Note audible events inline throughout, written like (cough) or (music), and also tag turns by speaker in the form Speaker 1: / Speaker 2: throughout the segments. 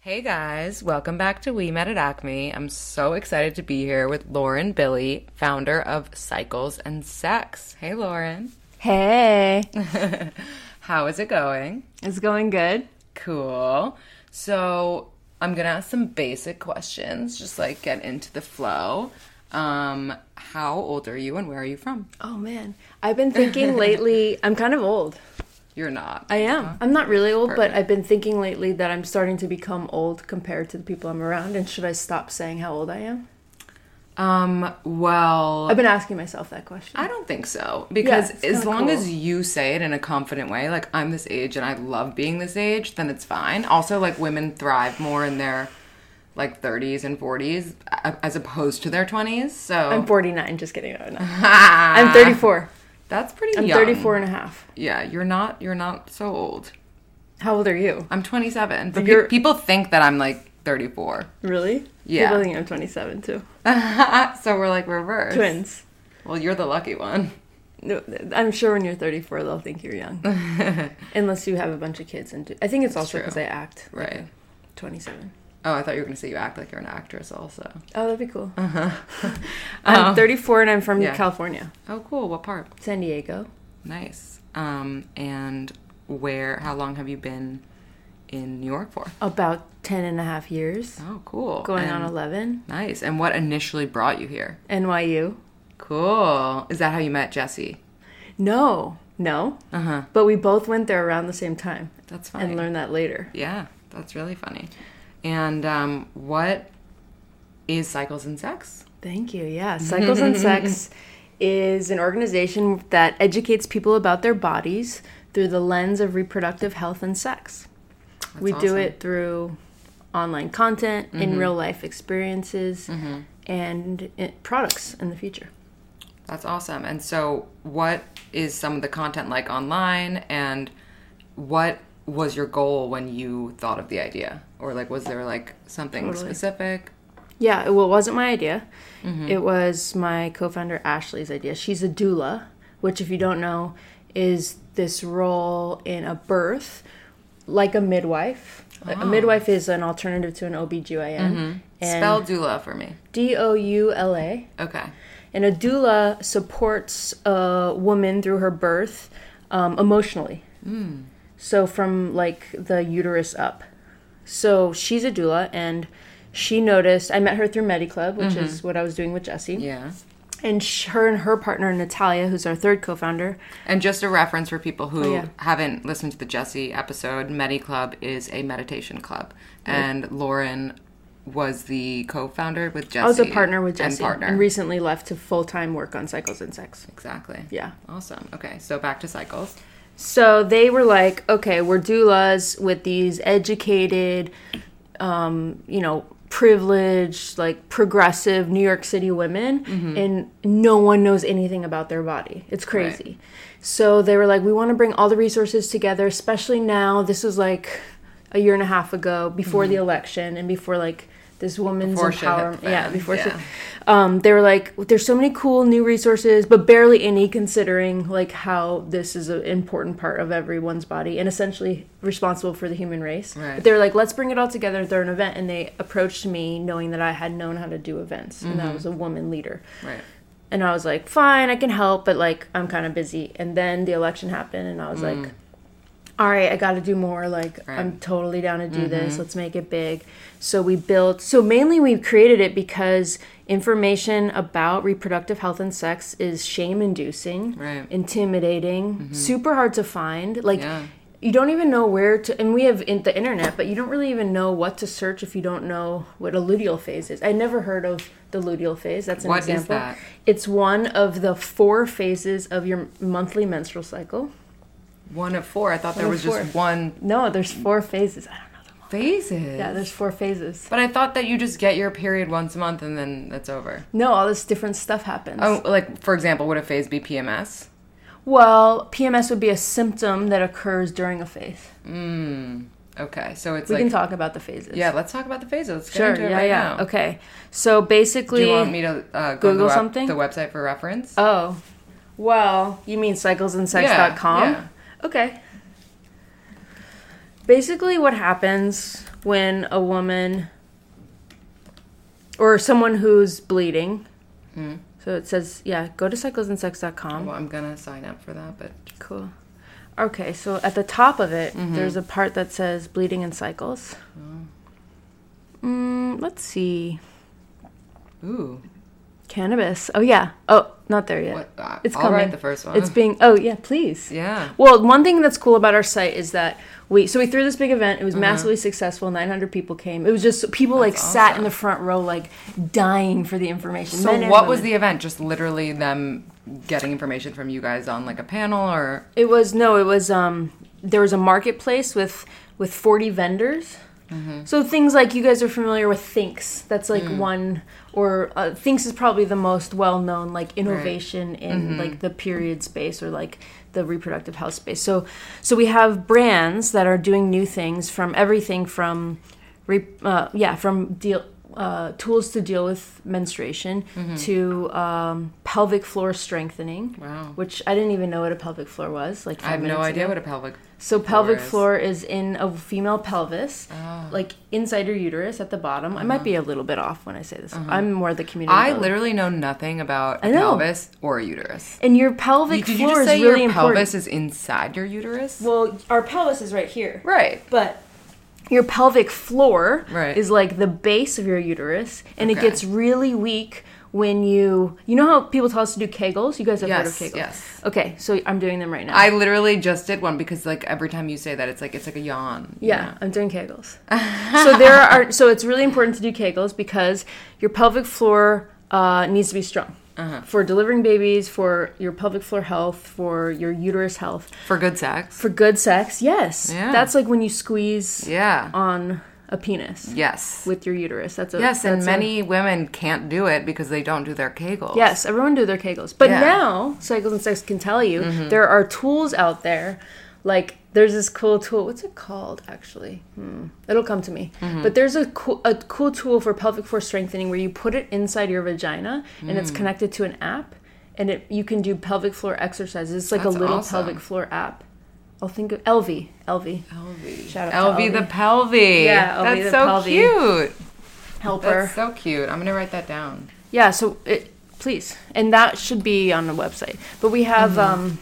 Speaker 1: Hey guys, welcome back to We Met at Acme. I'm so excited to be here with Lauren Billy, founder of Cycles and Sex. Hey Lauren.
Speaker 2: Hey.
Speaker 1: (laughs) How is it going?
Speaker 2: It's going good.
Speaker 1: Cool. So I'm gonna ask some basic questions, just like get into the flow. Um, how old are you and where are you from?
Speaker 2: Oh man. I've
Speaker 1: (laughs)
Speaker 2: been thinking lately, I'm kind of old.
Speaker 1: You're not.
Speaker 2: I am. I'm not really old, but I've been thinking lately that I'm starting to become old compared to the people I'm around. And should I stop saying how old I am?
Speaker 1: Um, well,
Speaker 2: I've been asking myself that question.
Speaker 1: I don't think so because
Speaker 2: it's
Speaker 1: as
Speaker 2: kinda
Speaker 1: long
Speaker 2: cool.
Speaker 1: as you say it in a confident way, like I'm this age and I love being this age, then it's fine. Also, like women thrive more in their like 30s and 40s a- as opposed to their 20s. So
Speaker 2: I'm 49. Just kidding.
Speaker 1: (laughs)
Speaker 2: I'm, not. I'm 34.
Speaker 1: that's pretty.
Speaker 2: I'm
Speaker 1: young.
Speaker 2: 34 and a half.
Speaker 1: Yeah, you're not. You're not so old.
Speaker 2: How old are you?
Speaker 1: I'm 27. But
Speaker 2: You're-
Speaker 1: pe- people think that I'm like 34.
Speaker 2: Really?
Speaker 1: Yeah.
Speaker 2: People think I'm 27 too.
Speaker 1: so we're like reverse.
Speaker 2: Twins.
Speaker 1: Well, you're the lucky one.
Speaker 2: No, I'm sure when you're 34, they'll think
Speaker 1: (laughs)
Speaker 2: you're young, unless you have a bunch of kids. And do- I think it's also
Speaker 1: true.
Speaker 2: because I act like
Speaker 1: Right.
Speaker 2: 27.
Speaker 1: Oh, I thought you were gonna say you act like you're an actress also.
Speaker 2: Oh, that'd be cool.
Speaker 1: (laughs)
Speaker 2: I'm 34 and I'm from
Speaker 1: Uh-huh. Um, yeah.
Speaker 2: California,
Speaker 1: Oh, cool. What part?
Speaker 2: San Diego.
Speaker 1: Nice. Um, and where? How long have you been in New York for?
Speaker 2: About 10 and a half years,
Speaker 1: Oh, cool.
Speaker 2: going on
Speaker 1: And-
Speaker 2: 11.
Speaker 1: Nice. And what initially brought you here?
Speaker 2: NYU.
Speaker 1: Cool. Is that how you met Jesse?
Speaker 2: No, no. Uh huh. But we both went there around the same time.
Speaker 1: Uh-huh. That's fine.
Speaker 2: And learned that later.
Speaker 1: Yeah, that's really funny. And um, what is Cycles and Sex?
Speaker 2: Thank you. Yeah. Cycles and Sex is an organization that educates people about their bodies through the lens of reproductive health and sex. we do
Speaker 1: awesome.
Speaker 2: it through online content, in real life experiences, and i products in the future.
Speaker 1: That's awesome. And so, what is some of the content like online? And what was your goal when you thought of the idea? Or like, was there like something specific?
Speaker 2: Yeah, it- well, it wasn't my idea. It was my co founder Ashley's idea. She's a doula, which, if you don't know, is this role in a birth like a midwife. A midwife is an alternative to an OBGYN. And
Speaker 1: Spell doula for me.
Speaker 2: D O U L A.
Speaker 1: Okay.
Speaker 2: And a doula supports a woman through her birth um, emotionally.
Speaker 1: Hmm.
Speaker 2: So from like the uterus up. So she's a doula and she noticed I met her through MediClub, which is what I was doing with Jesse.
Speaker 1: Mm-hmm. Yeah.
Speaker 2: And sh- her and her partner Natalia, who's our third co-founder,
Speaker 1: And just a reference for people who
Speaker 2: Oh, yeah.
Speaker 1: haven't listened to the Jesse episode, Medi Club is a meditation club. And Lauren was the co founder with Jesse.
Speaker 2: I was a Oh, partner with Jesse
Speaker 1: And partner.
Speaker 2: and recently left to full-time work on cycles and sex.
Speaker 1: exactly.
Speaker 2: Yeah.
Speaker 1: Awesome. Okay. So back to cycles.
Speaker 2: So they were like, okay, we're doulas with these educated, um, you know, privileged, like progressive New York City women,
Speaker 1: Mm-hmm.
Speaker 2: and no one knows anything about their body. It's crazy. So they were like, we want to bring all the resources together, especially now. This was like a year and a half ago, before the election, and before like this
Speaker 1: Mm-hmm.
Speaker 2: woman's
Speaker 1: Before shit hit the
Speaker 2: empowerment. Yeah,
Speaker 1: fan,
Speaker 2: before shit
Speaker 1: yeah.
Speaker 2: um, they were like, there's so many cool new resources, but barely any considering like how this is an important part of everyone's body and essentially responsible for the human race.
Speaker 1: Right.
Speaker 2: But they were like, let's bring it all together. They're an event, and they approached me knowing that I had known how to do events, and I was a woman leader.
Speaker 1: Mm-hmm. Right.
Speaker 2: And I was
Speaker 1: Mm.
Speaker 2: like, fine, I can help, but like I'm kind of busy. And then the election happened, and I was like, all right, I got to do more.
Speaker 1: Right.
Speaker 2: Like,
Speaker 1: Mm-hmm.
Speaker 2: I'm totally down to do this. Let's make it big. So we built, so mainly we created it because information about reproductive health and sex is shame inducing,
Speaker 1: Right. Mm-hmm.
Speaker 2: intimidating, super hard to find. Like,
Speaker 1: Yeah.
Speaker 2: you don't even know where to, and we have in the internet, but you don't really even know what to search if you don't know what a luteal phase is. I never heard of the luteal phase. That's an
Speaker 1: What is
Speaker 2: example.
Speaker 1: that?
Speaker 2: It's one of the four phases of your monthly menstrual cycle.
Speaker 1: One of four. I thought there
Speaker 2: of
Speaker 1: was just
Speaker 2: four.
Speaker 1: one
Speaker 2: No, there's four phases. I don't know them all.
Speaker 1: phases.
Speaker 2: Yeah, there's four phases.
Speaker 1: but I thought that you just get your period once a month and then that's over.
Speaker 2: No, all this different stuff happens.
Speaker 1: Oh, like for example, would a phase be PMS?
Speaker 2: Well, PMS would be a symptom that occurs during a phase.
Speaker 1: Okay, so it's
Speaker 2: We
Speaker 1: like
Speaker 2: can talk about the phases.
Speaker 1: yeah. Let's talk about the phases. Let's get
Speaker 2: sure.
Speaker 1: into it
Speaker 2: yeah,
Speaker 1: right
Speaker 2: yeah.
Speaker 1: now.
Speaker 2: Okay. So basically,
Speaker 1: Do you want me to uh, go to the
Speaker 2: Google
Speaker 1: web-
Speaker 2: something?
Speaker 1: The website for reference.
Speaker 2: oh, well, you mean cyclesandsex.com?
Speaker 1: Yeah,
Speaker 2: Okay. Basically, what happens when a woman or someone who's bleeding.
Speaker 1: Hmm.
Speaker 2: So it says, yeah, go to cyclesandsex.com.
Speaker 1: well, I'm gonna sign up for that, but
Speaker 2: Cool. Okay, so at the top of it,
Speaker 1: Mm-hmm.
Speaker 2: there's a part that says bleeding and cycles.
Speaker 1: Oh.
Speaker 2: Mm, let's see.
Speaker 1: ooh,
Speaker 2: Cannabis. Oh, yeah. Oh, not there yet.
Speaker 1: What- uh,
Speaker 2: it's
Speaker 1: I'll
Speaker 2: coming.
Speaker 1: write the first one.
Speaker 2: It's being, oh, yeah, please.
Speaker 1: yeah.
Speaker 2: Well, one thing that's cool about our site is that we, so we threw this big event. It
Speaker 1: Uh-huh.
Speaker 2: was massively successful. 900 people came. It was just people like sat in the front row, like dying for the information.
Speaker 1: So
Speaker 2: Men and
Speaker 1: what was
Speaker 2: women.
Speaker 1: the event? Just literally them getting information from you guys on like a panel or
Speaker 2: It was no, it was um there was a marketplace with with 40 vendors. So things like you guys are familiar with Thinks. That's like one or uh, Thinks is probably the most well-known like innovation in like the period space or like the reproductive health space. So so we have brands that are doing new things from everything from re- uh, yeah, from deal uh, tools to deal with menstruation
Speaker 1: Mm-hmm.
Speaker 2: to um, pelvic floor strengthening,
Speaker 1: Wow.
Speaker 2: which I didn't even know what a pelvic floor was. Like
Speaker 1: I have no idea what
Speaker 2: what.
Speaker 1: a pelvic.
Speaker 2: So pelvic
Speaker 1: is. Ah.
Speaker 2: floor is in a female pelvis, like inside your uterus at the bottom. I might be a little bit off when I say this. I'm more the community.
Speaker 1: Uh-huh. I
Speaker 2: builder.
Speaker 1: literally know nothing about a
Speaker 2: know.
Speaker 1: pelvis or a uterus.
Speaker 2: and your pelvic
Speaker 1: Did you
Speaker 2: floor
Speaker 1: just say
Speaker 2: is really
Speaker 1: your
Speaker 2: important.
Speaker 1: pelvis is inside your uterus?
Speaker 2: well, our pelvis is right here.
Speaker 1: right.
Speaker 2: But your pelvic floor
Speaker 1: Right.
Speaker 2: is like the base of your uterus, and it
Speaker 1: Okay.
Speaker 2: gets really weak when you. You know how people tell us to do Kegels? You guys have
Speaker 1: Yes,
Speaker 2: heard of Kegels?
Speaker 1: yes.
Speaker 2: Okay, so I'm doing them right now.
Speaker 1: I literally just did one because like every time you say that, it's like it's like a yawn. you
Speaker 2: Yeah,
Speaker 1: know?
Speaker 2: I'm
Speaker 1: (laughs)
Speaker 2: doing Kegels. so there are so it's really important to do Kegels because your pelvic floor uh, needs to be strong
Speaker 1: Uh-huh.
Speaker 2: for delivering babies, for your pelvic floor health, for your uterus health,
Speaker 1: for good sex.
Speaker 2: for good sex. Yes,
Speaker 1: Yeah.
Speaker 2: that's like when you squeeze
Speaker 1: yeah.
Speaker 2: on a penis
Speaker 1: yes.
Speaker 2: with your uterus. That's a,
Speaker 1: Yes, and
Speaker 2: that's a-
Speaker 1: many women can't do it because they don't do their Kegels.
Speaker 2: Yes, everyone do their Kegels. But
Speaker 1: Yeah. Mm-hmm.
Speaker 2: now, Cycles and Sex can tell you there are tools out there. Like there's this cool tool. What's it called actually? Hmm. It'll come to me.
Speaker 1: Mm-hmm.
Speaker 2: But there's a cool, a cool tool for pelvic floor strengthening where you put it inside your vagina and
Speaker 1: Mm.
Speaker 2: it's connected to an app, and it you can do pelvic floor exercises. It's like
Speaker 1: That's
Speaker 2: a little
Speaker 1: awesome.
Speaker 2: pelvic floor app. I'll think of LV. LV. LV. Shout out
Speaker 1: LV
Speaker 2: to
Speaker 1: the
Speaker 2: LV.
Speaker 1: pelvis.
Speaker 2: Yeah, LV
Speaker 1: that's
Speaker 2: the
Speaker 1: so
Speaker 2: pelvis.
Speaker 1: cute.
Speaker 2: helper.
Speaker 1: That's so cute. I'm gonna write that down.
Speaker 2: Yeah, so it, please. And that should be on the website. But we have,
Speaker 1: Mm-hmm.
Speaker 2: um,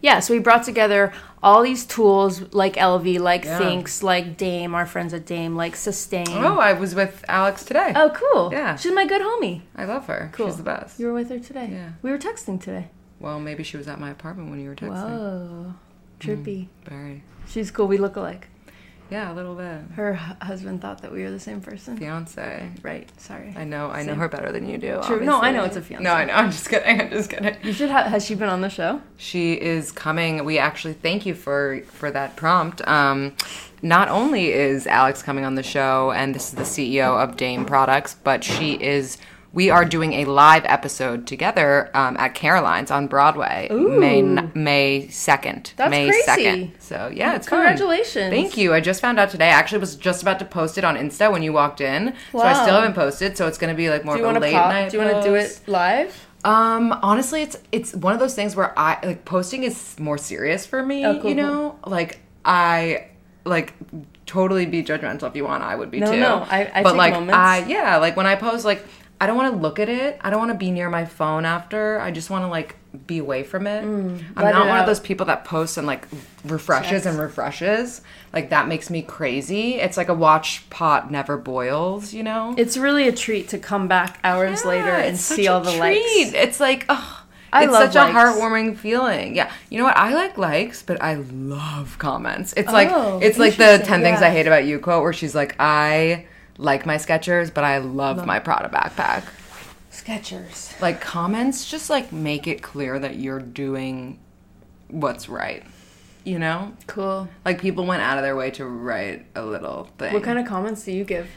Speaker 2: yeah, so we brought together all these tools like LV, like
Speaker 1: Yeah.
Speaker 2: Thinks, like Dame, our friends at Dame, like Sustain.
Speaker 1: Oh, I was with Alex today.
Speaker 2: Oh, cool.
Speaker 1: Yeah.
Speaker 2: She's my good homie.
Speaker 1: I love her. She's the best.
Speaker 2: You were with her today.
Speaker 1: Yeah.
Speaker 2: We were texting today.
Speaker 1: Well, maybe she was at my apartment when you were texting. Mm-hmm.
Speaker 2: Whoa. Trippy.
Speaker 1: Very.
Speaker 2: She's cool. We look alike.
Speaker 1: Yeah, a little bit.
Speaker 2: Her hu- husband thought that we were the same person.
Speaker 1: Fiance.
Speaker 2: Right. Sorry.
Speaker 1: I know. I know her better than you do.
Speaker 2: True. No, I know
Speaker 1: obviously.
Speaker 2: it's a fiance.
Speaker 1: No, I know. I'm just kidding. (laughs) I'm just kidding.
Speaker 2: You should have. Has she been on the show?
Speaker 1: She is coming. We actually thank you for for that prompt. Um, not only is Alex coming on the show, and this is the CEO of Dame Products, but she is. We are doing a live episode together um, at Caroline's on Broadway, May n- May second.
Speaker 2: That's
Speaker 1: May
Speaker 2: crazy.
Speaker 1: 2nd. So yeah, it's fun.
Speaker 2: Congratulations.
Speaker 1: Thank you. I just found out today. I actually was just about to post it on Insta when you walked in, so I
Speaker 2: Wow.
Speaker 1: still haven't posted. So it's going to be like more
Speaker 2: Do you
Speaker 1: of
Speaker 2: want
Speaker 1: a
Speaker 2: to
Speaker 1: late
Speaker 2: pop?
Speaker 1: night.
Speaker 2: Do you want to do
Speaker 1: post.
Speaker 2: it live?
Speaker 1: Um, honestly, it's it's one of those things where I like posting is more serious for me.
Speaker 2: Oh, cool,
Speaker 1: you know, like I like totally be judgmental if you want. I would be
Speaker 2: No,
Speaker 1: too.
Speaker 2: no, I- I
Speaker 1: but
Speaker 2: take
Speaker 1: like
Speaker 2: moments.
Speaker 1: I yeah, like when I post, like I don't want to look at it. I don't want to be near my phone after. I just want to like be away from it. I'm
Speaker 2: Mm, let
Speaker 1: not one
Speaker 2: it out.
Speaker 1: of those people that posts and like refreshes and refreshes. Like that makes me crazy. It's like a watch pot never boils, you know?
Speaker 2: It's really a treat to come back hours later
Speaker 1: Yeah,
Speaker 2: and
Speaker 1: it's such
Speaker 2: see
Speaker 1: a
Speaker 2: all the
Speaker 1: treat.
Speaker 2: likes.
Speaker 1: It's like, oh,
Speaker 2: I
Speaker 1: it's
Speaker 2: love
Speaker 1: such
Speaker 2: likes.
Speaker 1: a heartwarming feeling. Yeah, you know what? I like likes, but I love comments. It's like
Speaker 2: Oh,
Speaker 1: it's like the
Speaker 2: interesting,
Speaker 1: ten things
Speaker 2: yeah.
Speaker 1: I hate about you quote, where she's like, I like my Skechers, but I love, my Prada backpack.
Speaker 2: Skechers.
Speaker 1: Like comments, just like make it clear that you're doing what's right. You know,
Speaker 2: Cool.
Speaker 1: like people went out of their way to write a little thing.
Speaker 2: What kind of comments do you give?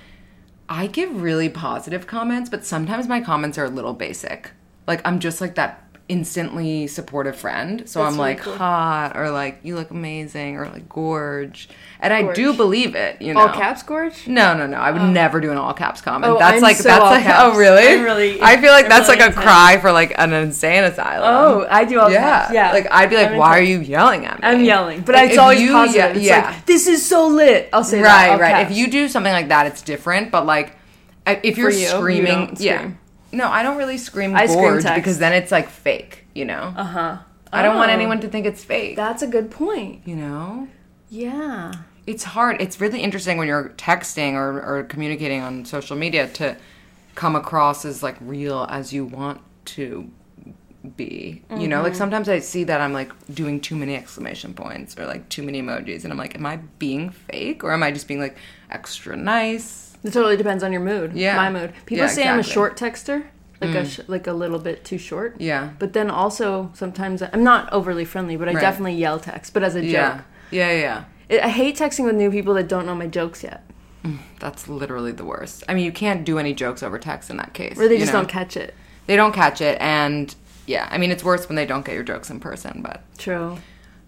Speaker 1: I give really positive comments, but sometimes my comments are a little basic. Like I'm just like that instantly supportive friend. So I'm
Speaker 2: really
Speaker 1: like
Speaker 2: cool.
Speaker 1: hot or like you look amazing or like gorge. And I do
Speaker 2: Gorge.
Speaker 1: believe it, you know.
Speaker 2: All caps, Gorge?
Speaker 1: No, no, no. I would never do an all caps comment.
Speaker 2: Oh,
Speaker 1: that's
Speaker 2: I'm
Speaker 1: like
Speaker 2: so
Speaker 1: that's
Speaker 2: all
Speaker 1: like
Speaker 2: caps.
Speaker 1: oh really?
Speaker 2: I'm
Speaker 1: (laughs)
Speaker 2: really-
Speaker 1: I feel like
Speaker 2: I'm
Speaker 1: that's
Speaker 2: really
Speaker 1: like a
Speaker 2: intense.
Speaker 1: cry for like an insane asylum.
Speaker 2: Oh, I do all
Speaker 1: yeah.
Speaker 2: caps. Yeah.
Speaker 1: Like I'd be like,
Speaker 2: I'm
Speaker 1: why are
Speaker 2: intense.
Speaker 1: you yelling at me?
Speaker 2: I'm yelling, but
Speaker 1: Like,
Speaker 2: it's
Speaker 1: if
Speaker 2: always
Speaker 1: you-
Speaker 2: positive.
Speaker 1: yeah,
Speaker 2: it's
Speaker 1: yeah.
Speaker 2: like this is so lit. I'll say that.
Speaker 1: right
Speaker 2: all
Speaker 1: right
Speaker 2: caps.
Speaker 1: if you do something like that it's different but like I- if you're
Speaker 2: you, you
Speaker 1: screaming
Speaker 2: don't
Speaker 1: yeah
Speaker 2: scream.
Speaker 1: no i don't really scream
Speaker 2: I scream
Speaker 1: gorge
Speaker 2: text.
Speaker 1: because then it's like fake you know uh-huh i don't want
Speaker 2: Oh.
Speaker 1: anyone to think it's fake
Speaker 2: That's a good point.
Speaker 1: you know
Speaker 2: Yeah.
Speaker 1: it's hard it's really interesting when you're texting or, or communicating on social media to come across as like real as you want to be you know like
Speaker 2: Mm-hmm.
Speaker 1: sometimes i see that i'm like doing too many exclamation points or like too many emojis and i'm like am i being fake or am i just being like extra nice
Speaker 2: It totally depends on your mood.
Speaker 1: Yeah.
Speaker 2: My mood. People
Speaker 1: Yeah,
Speaker 2: say I'm a
Speaker 1: exactly. Mm.
Speaker 2: short texter, like a sh- like a little bit too short.
Speaker 1: Yeah.
Speaker 2: But then also sometimes I'm not overly friendly, but I
Speaker 1: Right.
Speaker 2: definitely yell text, but as a
Speaker 1: Yeah.
Speaker 2: joke.
Speaker 1: Yeah, yeah, yeah.
Speaker 2: I I hate texting with new people that don't know my jokes yet,
Speaker 1: That's literally the worst. I mean, you can't do any jokes over text in that case.
Speaker 2: or they
Speaker 1: you
Speaker 2: just
Speaker 1: know?
Speaker 2: don't catch it.
Speaker 1: They don't catch it, and yeah, I mean, it's worse when they don't get your jokes in person. But
Speaker 2: True.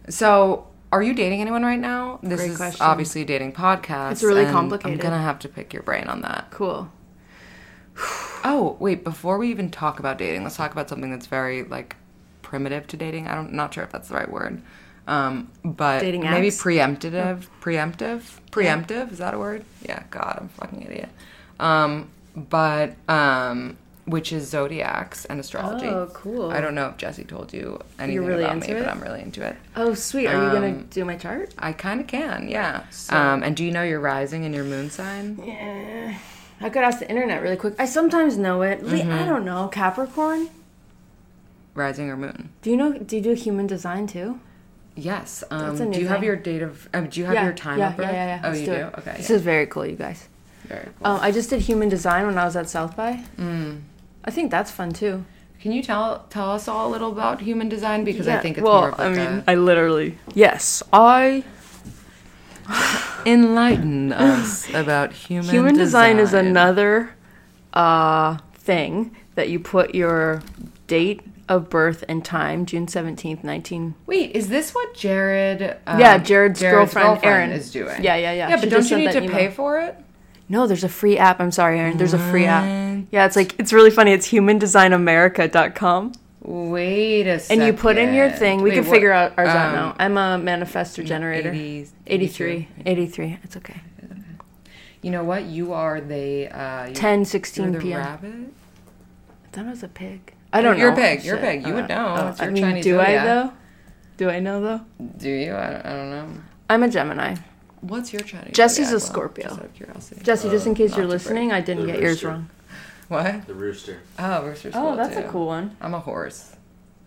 Speaker 1: so, are you dating anyone right now? This
Speaker 2: Great
Speaker 1: is
Speaker 2: question.
Speaker 1: obviously a dating podcast.
Speaker 2: It's really
Speaker 1: and
Speaker 2: complicated.
Speaker 1: I'm gonna have to pick your brain on that.
Speaker 2: Cool.
Speaker 1: Oh, wait! Before we even talk about dating, let's talk about something that's very like primitive to dating. I don't, not sure if that's the right word, um, but
Speaker 2: Dating
Speaker 1: maybe
Speaker 2: apps?
Speaker 1: preemptive, preemptive, preemptive. Is that a word? Yeah. God, I'm a fucking idiot. Um, but um, which is zodiacs and astrology.
Speaker 2: Oh, cool.
Speaker 1: I don't know if Jesse told you anything
Speaker 2: really
Speaker 1: about me,
Speaker 2: into it?
Speaker 1: but I'm really into it.
Speaker 2: Oh, sweet. Are you
Speaker 1: Um,
Speaker 2: gonna do my chart?
Speaker 1: I kind of can, yeah. Um, and do you know your rising and your moon sign?
Speaker 2: I could ask the internet really quick. I sometimes know it. Li- I
Speaker 1: Mm-hmm.
Speaker 2: don't know Capricorn.
Speaker 1: Rising or moon?
Speaker 2: Do you know? Do you do human design too?
Speaker 1: Yes. Um,
Speaker 2: a new
Speaker 1: do you have
Speaker 2: thing.
Speaker 1: your date of? Um, do you have your time
Speaker 2: yeah,
Speaker 1: up?
Speaker 2: yeah, yeah, yeah.
Speaker 1: Oh,
Speaker 2: Let's
Speaker 1: you do.
Speaker 2: do it.
Speaker 1: Okay.
Speaker 2: This
Speaker 1: yeah.
Speaker 2: is very cool, you guys.
Speaker 1: Very cool.
Speaker 2: Um, I just did human design when I was at South by. Mm. I think that's fun too.
Speaker 1: Can you tell tell us all a little about human design because I think it's
Speaker 2: well,
Speaker 1: more of like
Speaker 2: I mean,
Speaker 1: a-
Speaker 2: I literally yes, I (laughs)
Speaker 1: enlighten us about human
Speaker 2: human design, is another uh, thing that you put your date of birth and time, June seventeenth, nineteen.
Speaker 1: Wait, is this what Jared? Um,
Speaker 2: Yeah, Jared's girlfriend, Erin.
Speaker 1: is doing.
Speaker 2: Yeah, yeah, yeah.
Speaker 1: Yeah, but
Speaker 2: She just
Speaker 1: don't you
Speaker 2: sent
Speaker 1: need to
Speaker 2: that
Speaker 1: pay
Speaker 2: email.
Speaker 1: for it?
Speaker 2: No, there's a free app. I'm sorry, Aaron. There's a free app. Yeah, it's like it's really funny. It's humandesignamerica.com.
Speaker 1: Wait a second.
Speaker 2: And you put in your thing. We
Speaker 1: Wait,
Speaker 2: can
Speaker 1: what-
Speaker 2: figure out our zone
Speaker 1: um,
Speaker 2: now. I'm a manifestor generator.
Speaker 1: 80s,
Speaker 2: 83. 83. It's okay.
Speaker 1: You know what? You are the uh, you-
Speaker 2: 10,
Speaker 1: you're
Speaker 2: 16
Speaker 1: the
Speaker 2: p.m.
Speaker 1: rabbit.
Speaker 2: I thought it was a pig. I don't
Speaker 1: You're
Speaker 2: know.
Speaker 1: a pig. You're a
Speaker 2: Shit.
Speaker 1: pig. You
Speaker 2: I
Speaker 1: would
Speaker 2: don't
Speaker 1: know. Oh. It's
Speaker 2: I
Speaker 1: your
Speaker 2: mean,
Speaker 1: Chinese
Speaker 2: do I
Speaker 1: zodiac.
Speaker 2: though? Do I know though?
Speaker 1: Do you? I, I don't know.
Speaker 2: I'm a Gemini.
Speaker 1: What's your Chinese?
Speaker 2: Jesse's
Speaker 1: zodiac?
Speaker 2: a
Speaker 1: Well,
Speaker 2: Scorpio.
Speaker 1: Just out of curiosity.
Speaker 2: Jesse, just in case
Speaker 1: not
Speaker 2: you're
Speaker 1: to break
Speaker 2: listening, I didn't get yours
Speaker 3: rooster.
Speaker 2: wrong.
Speaker 1: What?
Speaker 3: The rooster.
Speaker 1: Oh, Rooster School.
Speaker 2: Oh, that's a
Speaker 1: too.
Speaker 2: cool one.
Speaker 1: I'm a horse.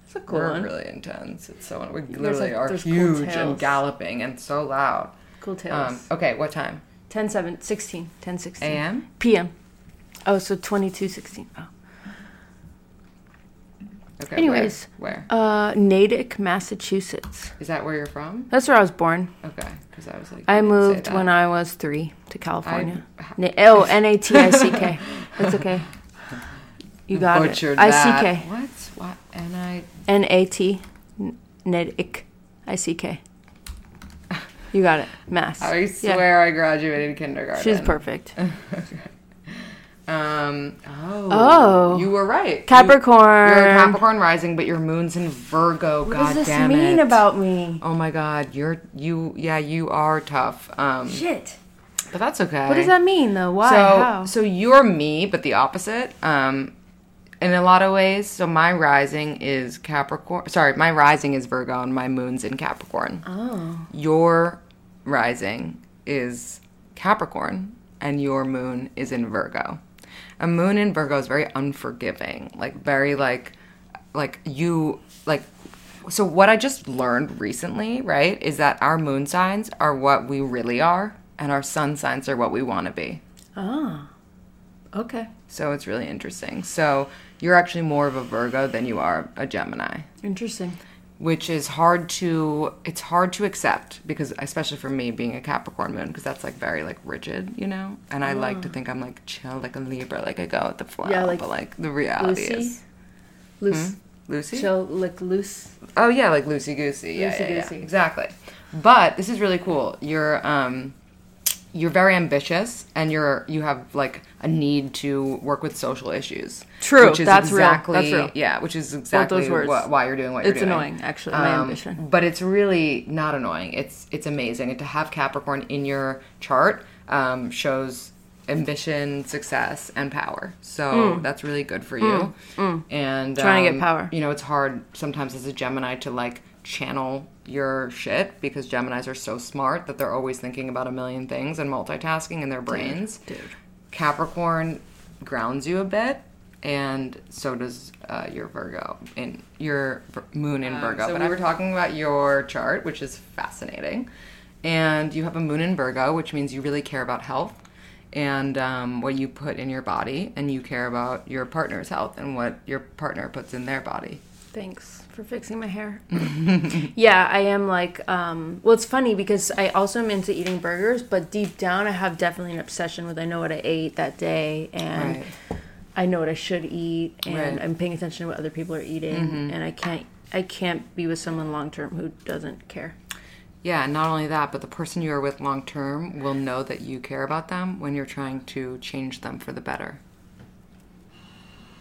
Speaker 1: It's a
Speaker 2: cool
Speaker 1: We're
Speaker 2: one.
Speaker 1: really intense. It's so we literally
Speaker 2: like-
Speaker 1: are
Speaker 2: there's cool
Speaker 1: huge
Speaker 2: tails.
Speaker 1: and galloping and so loud.
Speaker 2: Cool
Speaker 1: Um,
Speaker 2: tales.
Speaker 1: okay, what time?
Speaker 2: 10, 7, 16. 10, 16.
Speaker 1: A.M.
Speaker 2: PM. Oh, so 22, 16. Oh.
Speaker 1: Okay.
Speaker 2: Anyways.
Speaker 1: where, where?
Speaker 2: Uh, Natick, Massachusetts.
Speaker 1: is that where you're from?
Speaker 2: That's where I was born.
Speaker 1: Okay, because I was like,
Speaker 2: I moved when I was three to California.
Speaker 1: I-
Speaker 2: Na- oh, N A T I
Speaker 1: (laughs)
Speaker 2: C K. That's okay. You got
Speaker 1: butchered
Speaker 2: it. I C
Speaker 1: that.
Speaker 2: K.
Speaker 1: What? What? And I.
Speaker 2: N A T. N- Nedic. I C K. You got it. Mass.
Speaker 1: I swear I graduated kindergarten. (laughs)
Speaker 2: She's perfect.
Speaker 1: Um. Oh.
Speaker 2: Oh.
Speaker 1: You were right.
Speaker 2: Capricorn.
Speaker 1: You, are a Capricorn rising, but your moon's in Virgo.
Speaker 2: What
Speaker 1: God
Speaker 2: does this
Speaker 1: damn it.
Speaker 2: mean about me?
Speaker 1: Oh my God, you're you. Yeah, you are tough. Um,
Speaker 2: Shit.
Speaker 1: but that's okay.
Speaker 2: What does that mean, though? Why?
Speaker 1: So
Speaker 2: How?
Speaker 1: so you're me, but the opposite. Um, in a lot of ways. So my rising is Capricorn. Sorry, my rising is Virgo and my moon's in Capricorn. Oh. Your rising is Capricorn and your moon is in Virgo. A moon in Virgo is very unforgiving, like very like like you like so what I just learned recently, right, is that our moon signs are what we really are and our sun signs are what we want to be.
Speaker 2: Okay.
Speaker 1: So it's really interesting. So you're actually more of a Virgo than you are a Gemini,
Speaker 2: Interesting.
Speaker 1: which is hard to it's hard to accept because especially for me being a Capricorn moon because that's like very like rigid, you know. And I like to think I'm like chill like a Libra, like I go with the flow,
Speaker 2: Mm. Yeah, like
Speaker 1: but like the reality
Speaker 2: Lucy.
Speaker 1: is Hmm?
Speaker 2: Loose.
Speaker 1: Lucy.
Speaker 2: Chill, like loose.
Speaker 1: Oh yeah, like loosey goosey. Yeah, yeah, yeah,
Speaker 2: Loosey-goosey.
Speaker 1: exactly. But this is really cool. You're um, you're very ambitious, and you're you have like a need to work with social issues.
Speaker 2: True, that's real, that's
Speaker 1: exactly
Speaker 2: real.
Speaker 1: yeah, which is exactly
Speaker 2: words.
Speaker 1: wha- why you're doing what
Speaker 2: It's
Speaker 1: you're doing. Um,
Speaker 2: annoying, actually, my ambition.
Speaker 1: But it's really not annoying. It's it's amazing, and to have Capricorn in your chart um, shows ambition, success, and power. So that's really good for you. And
Speaker 2: Mm.
Speaker 1: um,
Speaker 2: Trying to get power.
Speaker 1: you know, it's hard sometimes as a Gemini to like channel your shit because Geminis are so smart that they're always thinking about a million things and multitasking in their brains. Dude. Capricorn grounds you a bit. And so does uh, your Virgo in your v- moon in Virgo. Um, So we were talking about your chart, which is fascinating. And you have a moon in Virgo, which means you really care about health and um, what you put in your body, and you care about your partner's health and what your partner puts in their body.
Speaker 2: Thanks for fixing my hair.
Speaker 1: (laughs)
Speaker 2: yeah, I am like, um, well, it's funny because I also am into eating burgers, but deep down, I have definitely an obsession with I know what I ate that day and
Speaker 1: Right.
Speaker 2: I know what I should eat and
Speaker 1: Right. Mm-hmm.
Speaker 2: I'm paying attention to what other people are eating and I can't. I can't be with someone long term who doesn't care.
Speaker 1: Yeah, and not only that, but the person you are with long term will know that you care about them when you're trying to change them for the better.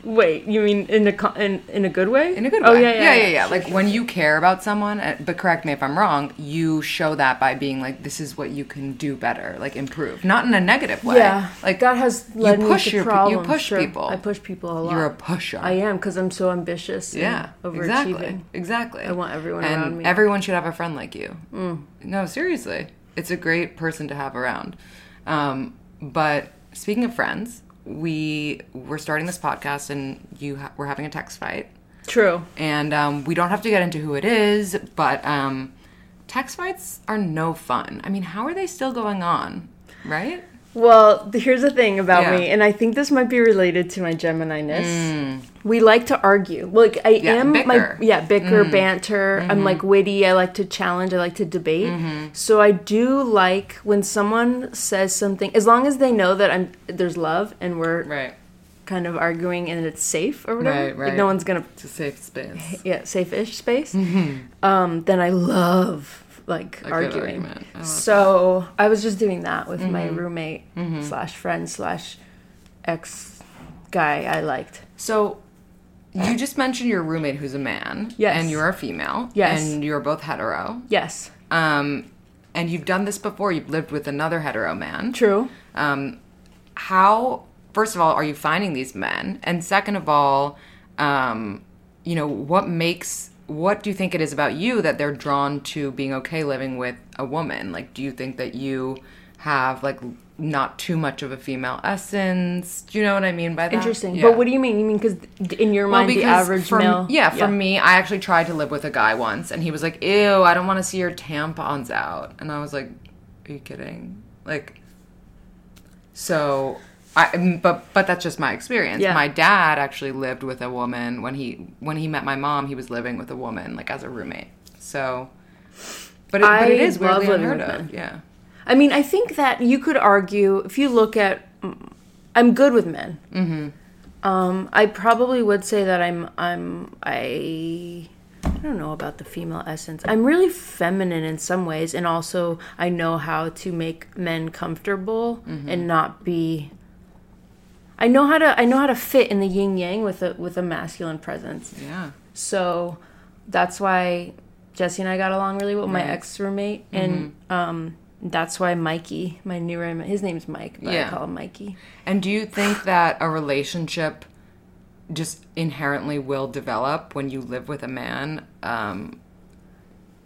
Speaker 2: Wait, you mean in a co- in, in a good way?
Speaker 1: In a good
Speaker 2: Oh
Speaker 1: way.
Speaker 2: yeah, yeah,
Speaker 1: yeah, Like when you care about someone, uh, but correct me if I'm wrong, you show that by being like, this is what you can do better, like improve. Not in a negative way.
Speaker 2: Yeah,
Speaker 1: Like
Speaker 2: that has led
Speaker 1: you push
Speaker 2: me to
Speaker 1: your
Speaker 2: problems.
Speaker 1: you push
Speaker 2: Sure,
Speaker 1: people.
Speaker 2: I push people a lot.
Speaker 1: You're a pusher.
Speaker 2: I am because I'm so ambitious. and
Speaker 1: Yeah,
Speaker 2: overachieving.
Speaker 1: Exactly. exactly.
Speaker 2: I want everyone
Speaker 1: and
Speaker 2: around me. Mm.
Speaker 1: Everyone should have a friend like you. No, seriously, it's a great person to have around. Um, but speaking of friends, we we're starting this podcast, and you ha- we're having a text fight,
Speaker 2: True.
Speaker 1: and um, we don't have to get into who it is, but um, text fights are no fun. I mean, how are they still going on? Right?
Speaker 2: Well, th- here's the thing about
Speaker 1: Yeah.
Speaker 2: me, and I think this might be related to my Gemini ness. We like to argue. Like I am my
Speaker 1: Mm. bicker. Mm. Mm-hmm.
Speaker 2: yeah bicker banter. I'm like witty. I like to challenge. I like to debate. So I do like when someone says something, as long as they know that I'm there's love and we're
Speaker 1: Right.
Speaker 2: kind of arguing and it's safe or whatever.
Speaker 1: Right, right.
Speaker 2: Like no one's gonna
Speaker 1: It's a safe space.
Speaker 2: yeah, safe-ish space, um, then I love like
Speaker 1: Mm-hmm. good
Speaker 2: arguing.
Speaker 1: argument. I love Mm-hmm.
Speaker 2: so I was just doing that with my roommate slash friend slash ex guy I liked.
Speaker 1: So you just mentioned your roommate who's a man.
Speaker 2: Yes.
Speaker 1: And you're a female.
Speaker 2: Yes.
Speaker 1: And you're both hetero.
Speaker 2: Yes,
Speaker 1: Um, and you've done this before. You've lived with another hetero man.
Speaker 2: true.
Speaker 1: Um, how, first of all, are you finding these men? And second of all, um, you know, what makes, what do you think it is about you that they're drawn to being okay living with a woman? Like, do you think that you have, like, not too much of a female essence? Do you know what I mean by that?
Speaker 2: Interesting.
Speaker 1: Yeah.
Speaker 2: But what do you mean? You mean because in your mind the average
Speaker 1: for,
Speaker 2: male?
Speaker 1: Yeah, for me, I actually tried to live with a guy once, and he was like, "Ew, I don't want to see your tampons out," and I was like, "Are you kidding?" Like, so. I, mm, but but that's just my experience.
Speaker 2: Yeah.
Speaker 1: My dad actually lived with a woman when he when he met my mom. He was living with a woman like as a roommate. So, but it, but it
Speaker 2: I
Speaker 1: is weirdly
Speaker 2: love living
Speaker 1: unheard
Speaker 2: with
Speaker 1: of.
Speaker 2: men.
Speaker 1: Yeah,
Speaker 2: I mean, I think that you could argue if you look at, I'm good with men. Mm-hmm. Um, I probably would say that I'm I'm I. I don't know about the female essence. I'm really feminine in some ways, and also I know how to make men comfortable
Speaker 1: Mm-hmm.
Speaker 2: and not be. I know how to I know how to fit in the yin yang with a with a masculine presence.
Speaker 1: yeah.
Speaker 2: So that's why Jesse and I got along really well, my ex roommate, and
Speaker 1: Mm-hmm.
Speaker 2: um, that's why Mikey, my new roommate, his name's Mike, but
Speaker 1: Yeah.
Speaker 2: I call him Mikey.
Speaker 1: And do you think that a relationship just inherently will develop when you live with a man. Um,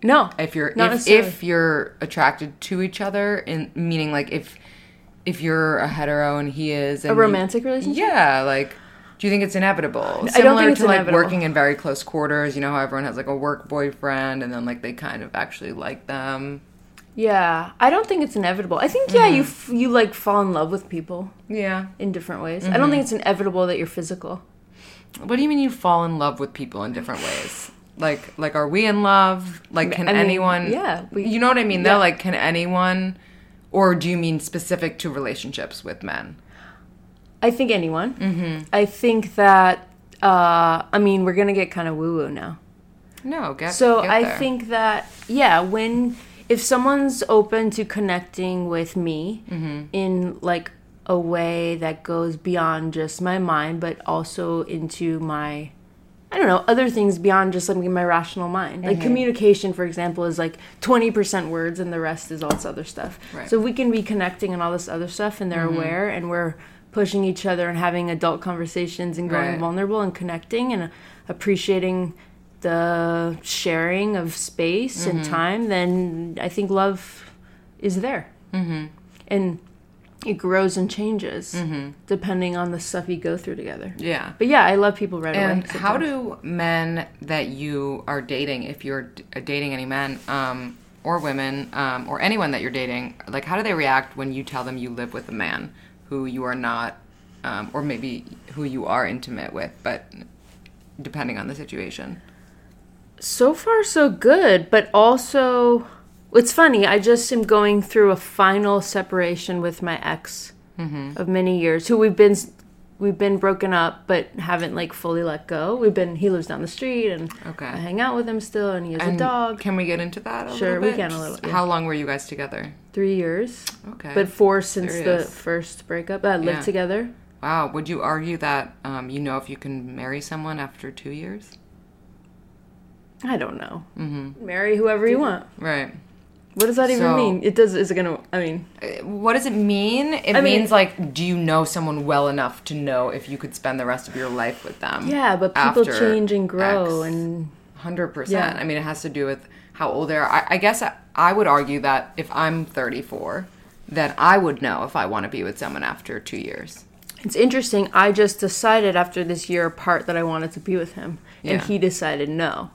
Speaker 2: No.
Speaker 1: if you're
Speaker 2: Not
Speaker 1: if,
Speaker 2: necessarily.
Speaker 1: if you're attracted to each other, in meaning like if if you're a hetero and he is and
Speaker 2: a
Speaker 1: you-
Speaker 2: romantic relationship.
Speaker 1: yeah, like. Do you think it's inevitable? Similar
Speaker 2: think it's
Speaker 1: to like
Speaker 2: inevitable.
Speaker 1: working in very close quarters, you know how everyone has like a work boyfriend and then like they kind of actually like them.
Speaker 2: Yeah. I don't think it's inevitable. I think yeah, you
Speaker 1: Mm-hmm.
Speaker 2: f- you like fall in love with people
Speaker 1: Yeah.
Speaker 2: in different ways. I
Speaker 1: Mm-hmm.
Speaker 2: don't think it's inevitable that you're physical.
Speaker 1: What do you mean you fall in love with people in different ways? Like like are we in love? Like can
Speaker 2: I mean,
Speaker 1: anyone
Speaker 2: yeah, we-
Speaker 1: You know what I mean
Speaker 2: yeah.
Speaker 1: though? Like can anyone or do you mean specific to relationships with men?
Speaker 2: I think anyone. Mm-hmm. I think that uh, I mean we're gonna get kind of woo woo now.
Speaker 1: No, get
Speaker 2: So
Speaker 1: get
Speaker 2: I
Speaker 1: there.
Speaker 2: think that yeah, when if someone's open to connecting with me
Speaker 1: Mm-hmm.
Speaker 2: in like a way that goes beyond just my mind, but also into my I don't know other things beyond just like my rational mind.
Speaker 1: Mm-hmm.
Speaker 2: Like communication, for example, is like twenty percent words, and the rest is all this other stuff.
Speaker 1: Right. Mm-hmm.
Speaker 2: So we can be connecting and all this other stuff, and they're aware, and we're pushing each other and having adult conversations and going
Speaker 1: Right.
Speaker 2: vulnerable and connecting and appreciating the sharing of space and
Speaker 1: Mm-hmm.
Speaker 2: time, then I think love is there. Mm-hmm. And it grows and changes depending on the stuff you go through together.
Speaker 1: Mm-hmm. Yeah.
Speaker 2: But yeah, I love people right
Speaker 1: And
Speaker 2: away.
Speaker 1: how do men that you are dating, if you're d- uh, dating any men um, or women um, or anyone that you're dating, like how do they react when you tell them you live with a man who you are not, um, or maybe who you are intimate with, but depending on the situation?
Speaker 2: So far, so good, but also, it's funny. I just am going through a final separation with my ex
Speaker 1: Mm-hmm.
Speaker 2: of many years, who we've been s- we've been broken up, but haven't like fully let go. We've been he lives down the street, and
Speaker 1: Okay.
Speaker 2: I hang out with him still, and he has a
Speaker 1: And
Speaker 2: dog.
Speaker 1: Can we get into that? A
Speaker 2: Sure,
Speaker 1: little
Speaker 2: we
Speaker 1: bit?
Speaker 2: can a little, yeah.
Speaker 1: How long were you guys together?
Speaker 2: Three years,
Speaker 1: Okay.
Speaker 2: but four since the
Speaker 1: Serious.
Speaker 2: first breakup. I lived
Speaker 1: Yeah.
Speaker 2: together.
Speaker 1: wow, would you argue that um, you know if you can marry someone after two years?
Speaker 2: I don't know. Mm-hmm. Marry whoever you want.
Speaker 1: Right.
Speaker 2: What does that even
Speaker 1: So-
Speaker 2: mean? It does. Is it gonna? I mean,
Speaker 1: What does it mean? It
Speaker 2: I mean-
Speaker 1: means like, do you know someone well enough to know if you could spend the rest of your life with them?
Speaker 2: yeah, but people change and grow, and
Speaker 1: hundred percent.
Speaker 2: Yeah.
Speaker 1: I mean, it has to do with how old they are. I, I guess I, I would argue that if I'm 34, then I would know if I want to be with someone after two years.
Speaker 2: It's interesting. I just decided after this year apart that I wanted to be with him, and
Speaker 1: Yeah.
Speaker 2: he decided no.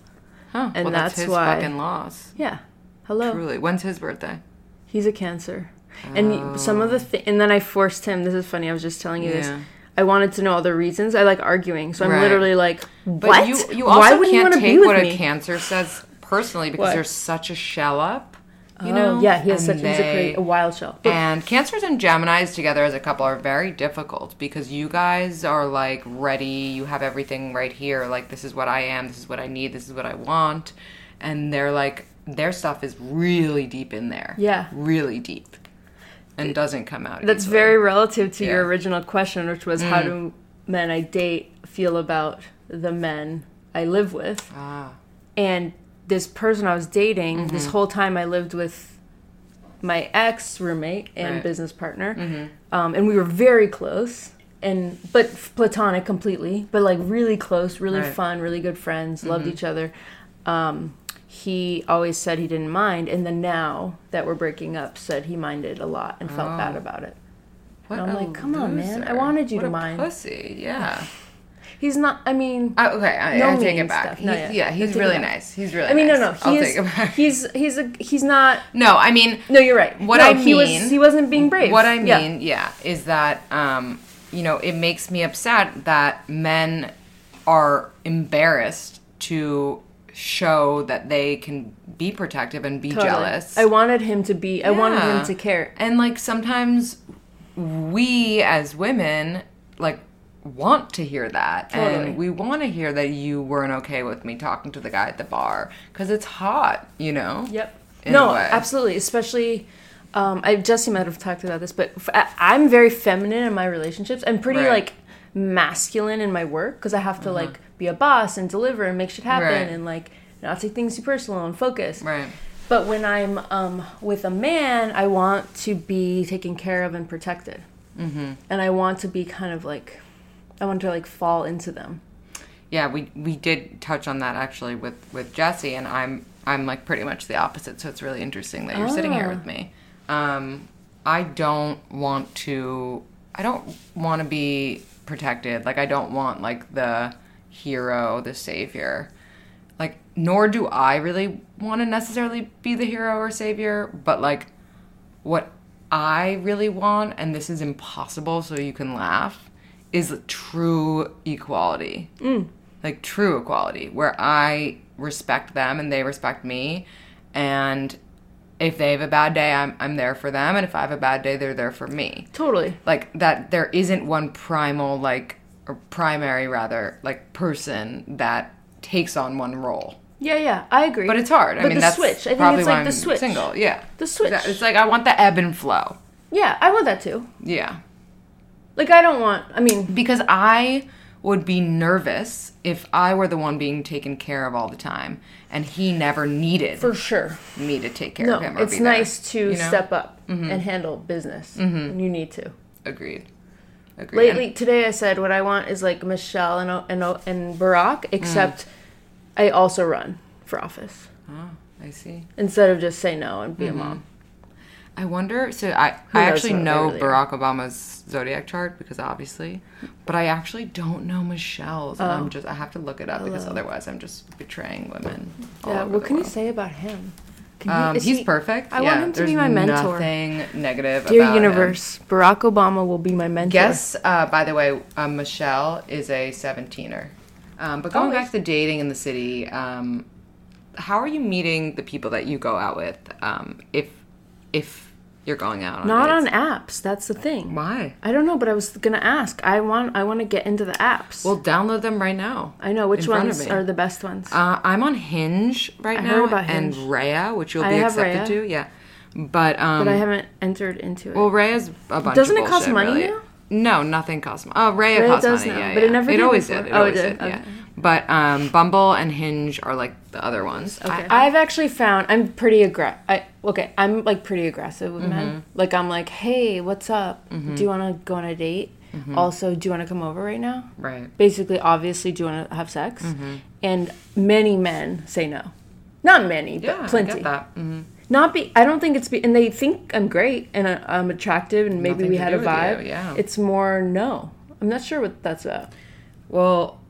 Speaker 1: Huh?
Speaker 2: And
Speaker 1: well,
Speaker 2: that's
Speaker 1: that's, his
Speaker 2: why- Oh.
Speaker 1: fucking loss.
Speaker 2: Yeah. Hello.
Speaker 1: Truly. When's his birthday?
Speaker 2: He's a cancer. And some of the thi- and then I forced him. This is funny. I was just telling you
Speaker 1: Oh. Yeah.
Speaker 2: this. I wanted to know all the reasons. I like arguing, so I'm
Speaker 1: Right.
Speaker 2: literally like, what?
Speaker 1: But you, you also
Speaker 2: Why would you
Speaker 1: can't
Speaker 2: want to
Speaker 1: take
Speaker 2: be with
Speaker 1: what
Speaker 2: me?
Speaker 1: a cancer says personally because
Speaker 2: What?
Speaker 1: there's such a shell up. You
Speaker 2: Oh,
Speaker 1: know?
Speaker 2: yeah, he has
Speaker 1: And
Speaker 2: such he's a, cra-
Speaker 1: they-
Speaker 2: a wild shell. But
Speaker 1: And Cancers and Geminis together as a couple are very difficult because you guys are like ready, you have everything right here. Like, this is what I am, this is what I need, this is what I want. And they're like, their stuff is really deep in there.
Speaker 2: Yeah.
Speaker 1: Really deep. And doesn't come out.
Speaker 2: that's
Speaker 1: easily.
Speaker 2: very relative to your
Speaker 1: Yeah. Mm.
Speaker 2: original question, which was how do men I date feel about the men I live with?
Speaker 1: Ah, Mm-hmm.
Speaker 2: and this person I was dating this whole time I lived with my ex roommate and
Speaker 1: Right. Mm-hmm.
Speaker 2: business partner, um, and we were very close and but f- platonic completely, but like really close, really
Speaker 1: Right. Mm-hmm.
Speaker 2: fun, really good friends, loved each other. Um, he always said he didn't mind, and then now that we're breaking up, said he minded a lot and felt bad
Speaker 1: Oh.
Speaker 2: about it.
Speaker 1: what
Speaker 2: I'm
Speaker 1: a
Speaker 2: like, "Come on, man. I
Speaker 1: loser.
Speaker 2: wanted you
Speaker 1: What
Speaker 2: to
Speaker 1: a
Speaker 2: mind."
Speaker 1: Pussy,
Speaker 2: (sighs)
Speaker 1: yeah.
Speaker 2: He's not. I mean,
Speaker 1: I, okay, I,
Speaker 2: No
Speaker 1: I take
Speaker 2: mean
Speaker 1: it back.
Speaker 2: stuff. No,
Speaker 1: He-
Speaker 2: yeah.
Speaker 1: yeah, he's
Speaker 2: Take it
Speaker 1: really
Speaker 2: back.
Speaker 1: nice. He's really
Speaker 2: I mean, no,
Speaker 1: nice.
Speaker 2: no.
Speaker 1: I'll
Speaker 2: He's
Speaker 1: take it back.
Speaker 2: he's he's a he's not.
Speaker 1: No, I mean,
Speaker 2: No, you're right.
Speaker 1: What
Speaker 2: No,
Speaker 1: I mean,
Speaker 2: he was- he wasn't being brave.
Speaker 1: What I
Speaker 2: Yeah.
Speaker 1: mean, yeah, is that um, you know it makes me upset that men are embarrassed to show that they can be protective and be
Speaker 2: Totally.
Speaker 1: jealous.
Speaker 2: I wanted him to be. I wanted
Speaker 1: Yeah.
Speaker 2: him to care.
Speaker 1: And like sometimes we as women like want to hear that
Speaker 2: Totally.
Speaker 1: and we want to hear that you weren't okay with me talking to the guy at the bar because it's hot you know
Speaker 2: Yep.
Speaker 1: In
Speaker 2: no,
Speaker 1: a way.
Speaker 2: absolutely. Especially, um, I Jesse might have talked about this, but f- I, I'm very feminine in my relationships. I'm pretty
Speaker 1: Right. Uh-huh.
Speaker 2: like masculine in my work because I have to like be a boss and deliver and make shit happen
Speaker 1: Right.
Speaker 2: and like not take things too personal and focus.
Speaker 1: right
Speaker 2: But when I'm um, with a man, I want to be taken care of and protected, mm-hmm. and I want to be kind of like I wanted to like fall into them.
Speaker 1: yeah we we did touch on that actually with with jesse and i'm i'm like pretty much the opposite so it's really interesting that you're sitting here with me um i don't want to i don't want to be protected like i don't want like the hero the savior like nor do i really want to necessarily be the hero or savior but like what I really want, and this is impossible, so you can laugh, is true equality.
Speaker 2: Mm.
Speaker 1: Like true equality, where I respect them and they respect me. And if they have a bad day, I'm, I'm there for them. And if I have a bad day, they're there for me.
Speaker 2: Totally.
Speaker 1: Like that, there isn't one primal, like, or primary rather, like person that takes on one role.
Speaker 2: Yeah, yeah, I agree.
Speaker 1: But it's hard. I
Speaker 2: But
Speaker 1: mean,
Speaker 2: the
Speaker 1: that's
Speaker 2: switch. I think
Speaker 1: probably
Speaker 2: it's
Speaker 1: why
Speaker 2: like the
Speaker 1: I'm
Speaker 2: switch.
Speaker 1: Single, yeah.
Speaker 2: The switch.
Speaker 1: It's like I want the ebb and flow.
Speaker 2: Yeah, I want that too.
Speaker 1: Yeah.
Speaker 2: Like I don't want. I mean,
Speaker 1: because I would be nervous if I were the one being taken care of all the time, and he never needed
Speaker 2: for sure.
Speaker 1: me to take care
Speaker 2: No,
Speaker 1: of him. Or
Speaker 2: it's
Speaker 1: be there,
Speaker 2: nice to
Speaker 1: you know? Mm-hmm.
Speaker 2: step up and handle business. And you need to.
Speaker 1: Agreed. Agreed.
Speaker 2: Lately, today I said what I want is like Michelle and O- and O- and Barack,
Speaker 1: Mm-hmm.
Speaker 2: except I also run for office
Speaker 1: And- I see.
Speaker 2: instead of just say no and be
Speaker 1: Mm-hmm.
Speaker 2: a mom.
Speaker 1: I wonder. So I,
Speaker 2: knows
Speaker 1: I actually
Speaker 2: what they
Speaker 1: know
Speaker 2: really are.
Speaker 1: Barack Obama's zodiac chart because obviously, but I actually don't know Michelle's. And
Speaker 2: Oh.
Speaker 1: I'm just I have to look it up because otherwise I'm just betraying women. all
Speaker 2: Yeah.
Speaker 1: over
Speaker 2: What
Speaker 1: the
Speaker 2: can you
Speaker 1: world.
Speaker 2: say about him? Can he-
Speaker 1: Um,
Speaker 2: is
Speaker 1: he's
Speaker 2: he-
Speaker 1: perfect.
Speaker 2: I
Speaker 1: yeah,
Speaker 2: want him to be
Speaker 1: there's
Speaker 2: my mentor.
Speaker 1: Nothing negative.
Speaker 2: Dear
Speaker 1: about him.
Speaker 2: universe, Barack Obama will be my mentor.
Speaker 1: Guess, uh, by the way, uh, Michelle is a 17er. Um, but going
Speaker 2: Oh,
Speaker 1: back to dating in the city, um, how are you meeting the people that you go out with um, if if you're going out? On
Speaker 2: Not on
Speaker 1: dates?
Speaker 2: apps. That's the thing.
Speaker 1: Why?
Speaker 2: I don't know, but I was gonna ask. I want. I want to get into the apps.
Speaker 1: Well, download them right now.
Speaker 2: I know which
Speaker 1: in front of
Speaker 2: ones
Speaker 1: me.
Speaker 2: are the best ones.
Speaker 1: Uh, I'm on Hinge right
Speaker 2: I
Speaker 1: now,
Speaker 2: heard about
Speaker 1: and
Speaker 2: Hinge.
Speaker 1: Raya, which you'll
Speaker 2: I
Speaker 1: be
Speaker 2: have
Speaker 1: accepted
Speaker 2: Raya.
Speaker 1: to. Yeah, but um,
Speaker 2: but I haven't entered into it.
Speaker 1: Well, Raya's a bunch.
Speaker 2: Doesn't
Speaker 1: of
Speaker 2: it cost
Speaker 1: bullshit,
Speaker 2: money
Speaker 1: really. No,
Speaker 2: now?
Speaker 1: nothing costs money. Oh, Raya,
Speaker 2: Raya
Speaker 1: costs
Speaker 2: does
Speaker 1: money.
Speaker 2: now,
Speaker 1: yeah,
Speaker 2: but it
Speaker 1: yeah.
Speaker 2: never
Speaker 1: it
Speaker 2: did
Speaker 1: always
Speaker 2: before.
Speaker 1: did. It
Speaker 2: Oh, it
Speaker 1: always
Speaker 2: did?
Speaker 1: did. Yeah.
Speaker 2: Okay.
Speaker 1: But um, Bumble and Hinge are like the other ones. Okay.
Speaker 2: I, have actually found I'm pretty aggressive. I okay, I'm like pretty aggressive with
Speaker 1: Mm-hmm.
Speaker 2: men. Like I'm like, hey, what's up? Do you want to go on a date? Also, do you want to come over right now?
Speaker 1: Mm-hmm. right. Mm-hmm.
Speaker 2: Basically, obviously, do you want to have sex? And many men say no. Not many, but
Speaker 1: Yeah,
Speaker 2: plenty.
Speaker 1: I get that. Mhm.
Speaker 2: Not be. I don't think it's be. And they think I'm great and I, I'm attractive and maybe
Speaker 1: Nothing
Speaker 2: we
Speaker 1: to
Speaker 2: had
Speaker 1: do
Speaker 2: a
Speaker 1: with you,
Speaker 2: vibe.
Speaker 1: yeah.
Speaker 2: It's more no. I'm not sure what that's about.
Speaker 1: Well,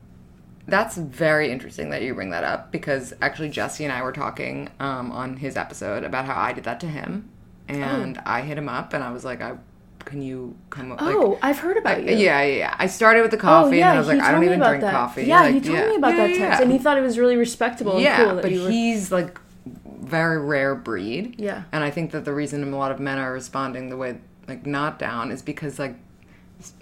Speaker 1: that's very interesting that you bring that up because actually Jesse and I were talking um, on his episode about how I did that to him, and I hit him up and I was like, I can you come? up? like-
Speaker 2: oh, I've heard about you. Oh,
Speaker 1: Yeah, yeah, yeah. I started with the coffee, and I was like,
Speaker 2: he
Speaker 1: I
Speaker 2: told
Speaker 1: don't
Speaker 2: me
Speaker 1: even
Speaker 2: about
Speaker 1: drink
Speaker 2: that.
Speaker 1: coffee.
Speaker 2: Yeah,
Speaker 1: Like,
Speaker 2: he told
Speaker 1: yeah.
Speaker 2: me about
Speaker 1: Yeah,
Speaker 2: that
Speaker 1: yeah,
Speaker 2: text,
Speaker 1: yeah.
Speaker 2: and he thought it was really respectable and
Speaker 1: yeah,
Speaker 2: cool that
Speaker 1: but
Speaker 2: you were.
Speaker 1: he's like very rare breed.
Speaker 2: Yeah.
Speaker 1: and I think that the reason a lot of men are responding the way like not down is because like s-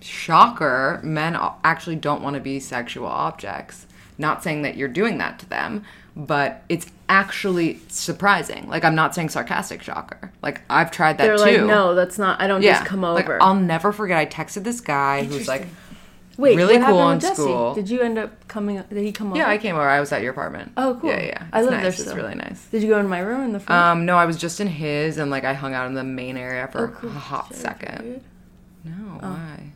Speaker 1: shocker, men a- actually don't want to be sexual objects. Not saying that you're doing that to them, but it's actually surprising. Like I'm not saying sarcastic shocker. Like I've tried that
Speaker 2: They're
Speaker 1: too.
Speaker 2: like, no, that's not. I don't just come
Speaker 1: Like,
Speaker 2: over.
Speaker 1: I'll never forget. I texted this guy who's like
Speaker 2: Wait,
Speaker 1: really
Speaker 2: what happened
Speaker 1: cool in
Speaker 2: with Jesse?
Speaker 1: school.
Speaker 2: Did you end up coming? Did he come over?
Speaker 1: Yeah, I came over. I was at your apartment.
Speaker 2: Oh, cool.
Speaker 1: Yeah, yeah.
Speaker 2: I
Speaker 1: It's nice.
Speaker 2: live there
Speaker 1: It's
Speaker 2: still.
Speaker 1: really nice.
Speaker 2: Did you go in my room in the front?
Speaker 1: Um, no, I was just in his, and like I hung out in the main area for a hot second. No, why?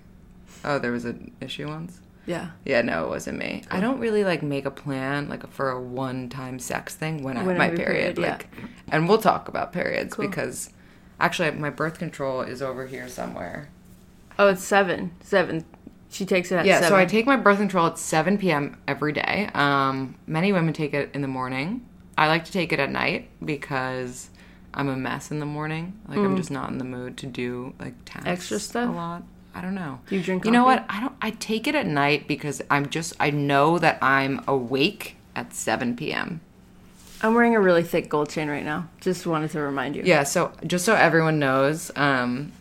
Speaker 1: Oh, there was an issue once.
Speaker 2: yeah.
Speaker 1: Yeah, no, it wasn't me. I don't really like make a plan like for a one-time sex thing when I have
Speaker 2: When
Speaker 1: my
Speaker 2: every
Speaker 1: period.
Speaker 2: period, yeah.
Speaker 1: Like, and we'll talk about periods because actually my birth control is over here somewhere.
Speaker 2: Oh, it's seven. Seven. She takes it at
Speaker 1: Yeah,
Speaker 2: seven.
Speaker 1: so I take my birth control at 7 p.m. every day. Um, many women take it in the morning. I like to take it at night because I'm a mess in the morning. Like I'm just not in the mood to do like tasks
Speaker 2: Mm. Extra stuff?
Speaker 1: a lot. I don't know.
Speaker 2: Do you drink
Speaker 1: You know
Speaker 2: coffee?
Speaker 1: what? I don't. I take it at night because I'm just. I know that I'm awake at 7 p.m.
Speaker 2: I'm wearing a really thick gold chain right now. Just wanted to remind you.
Speaker 1: Yeah. So just so everyone knows, um,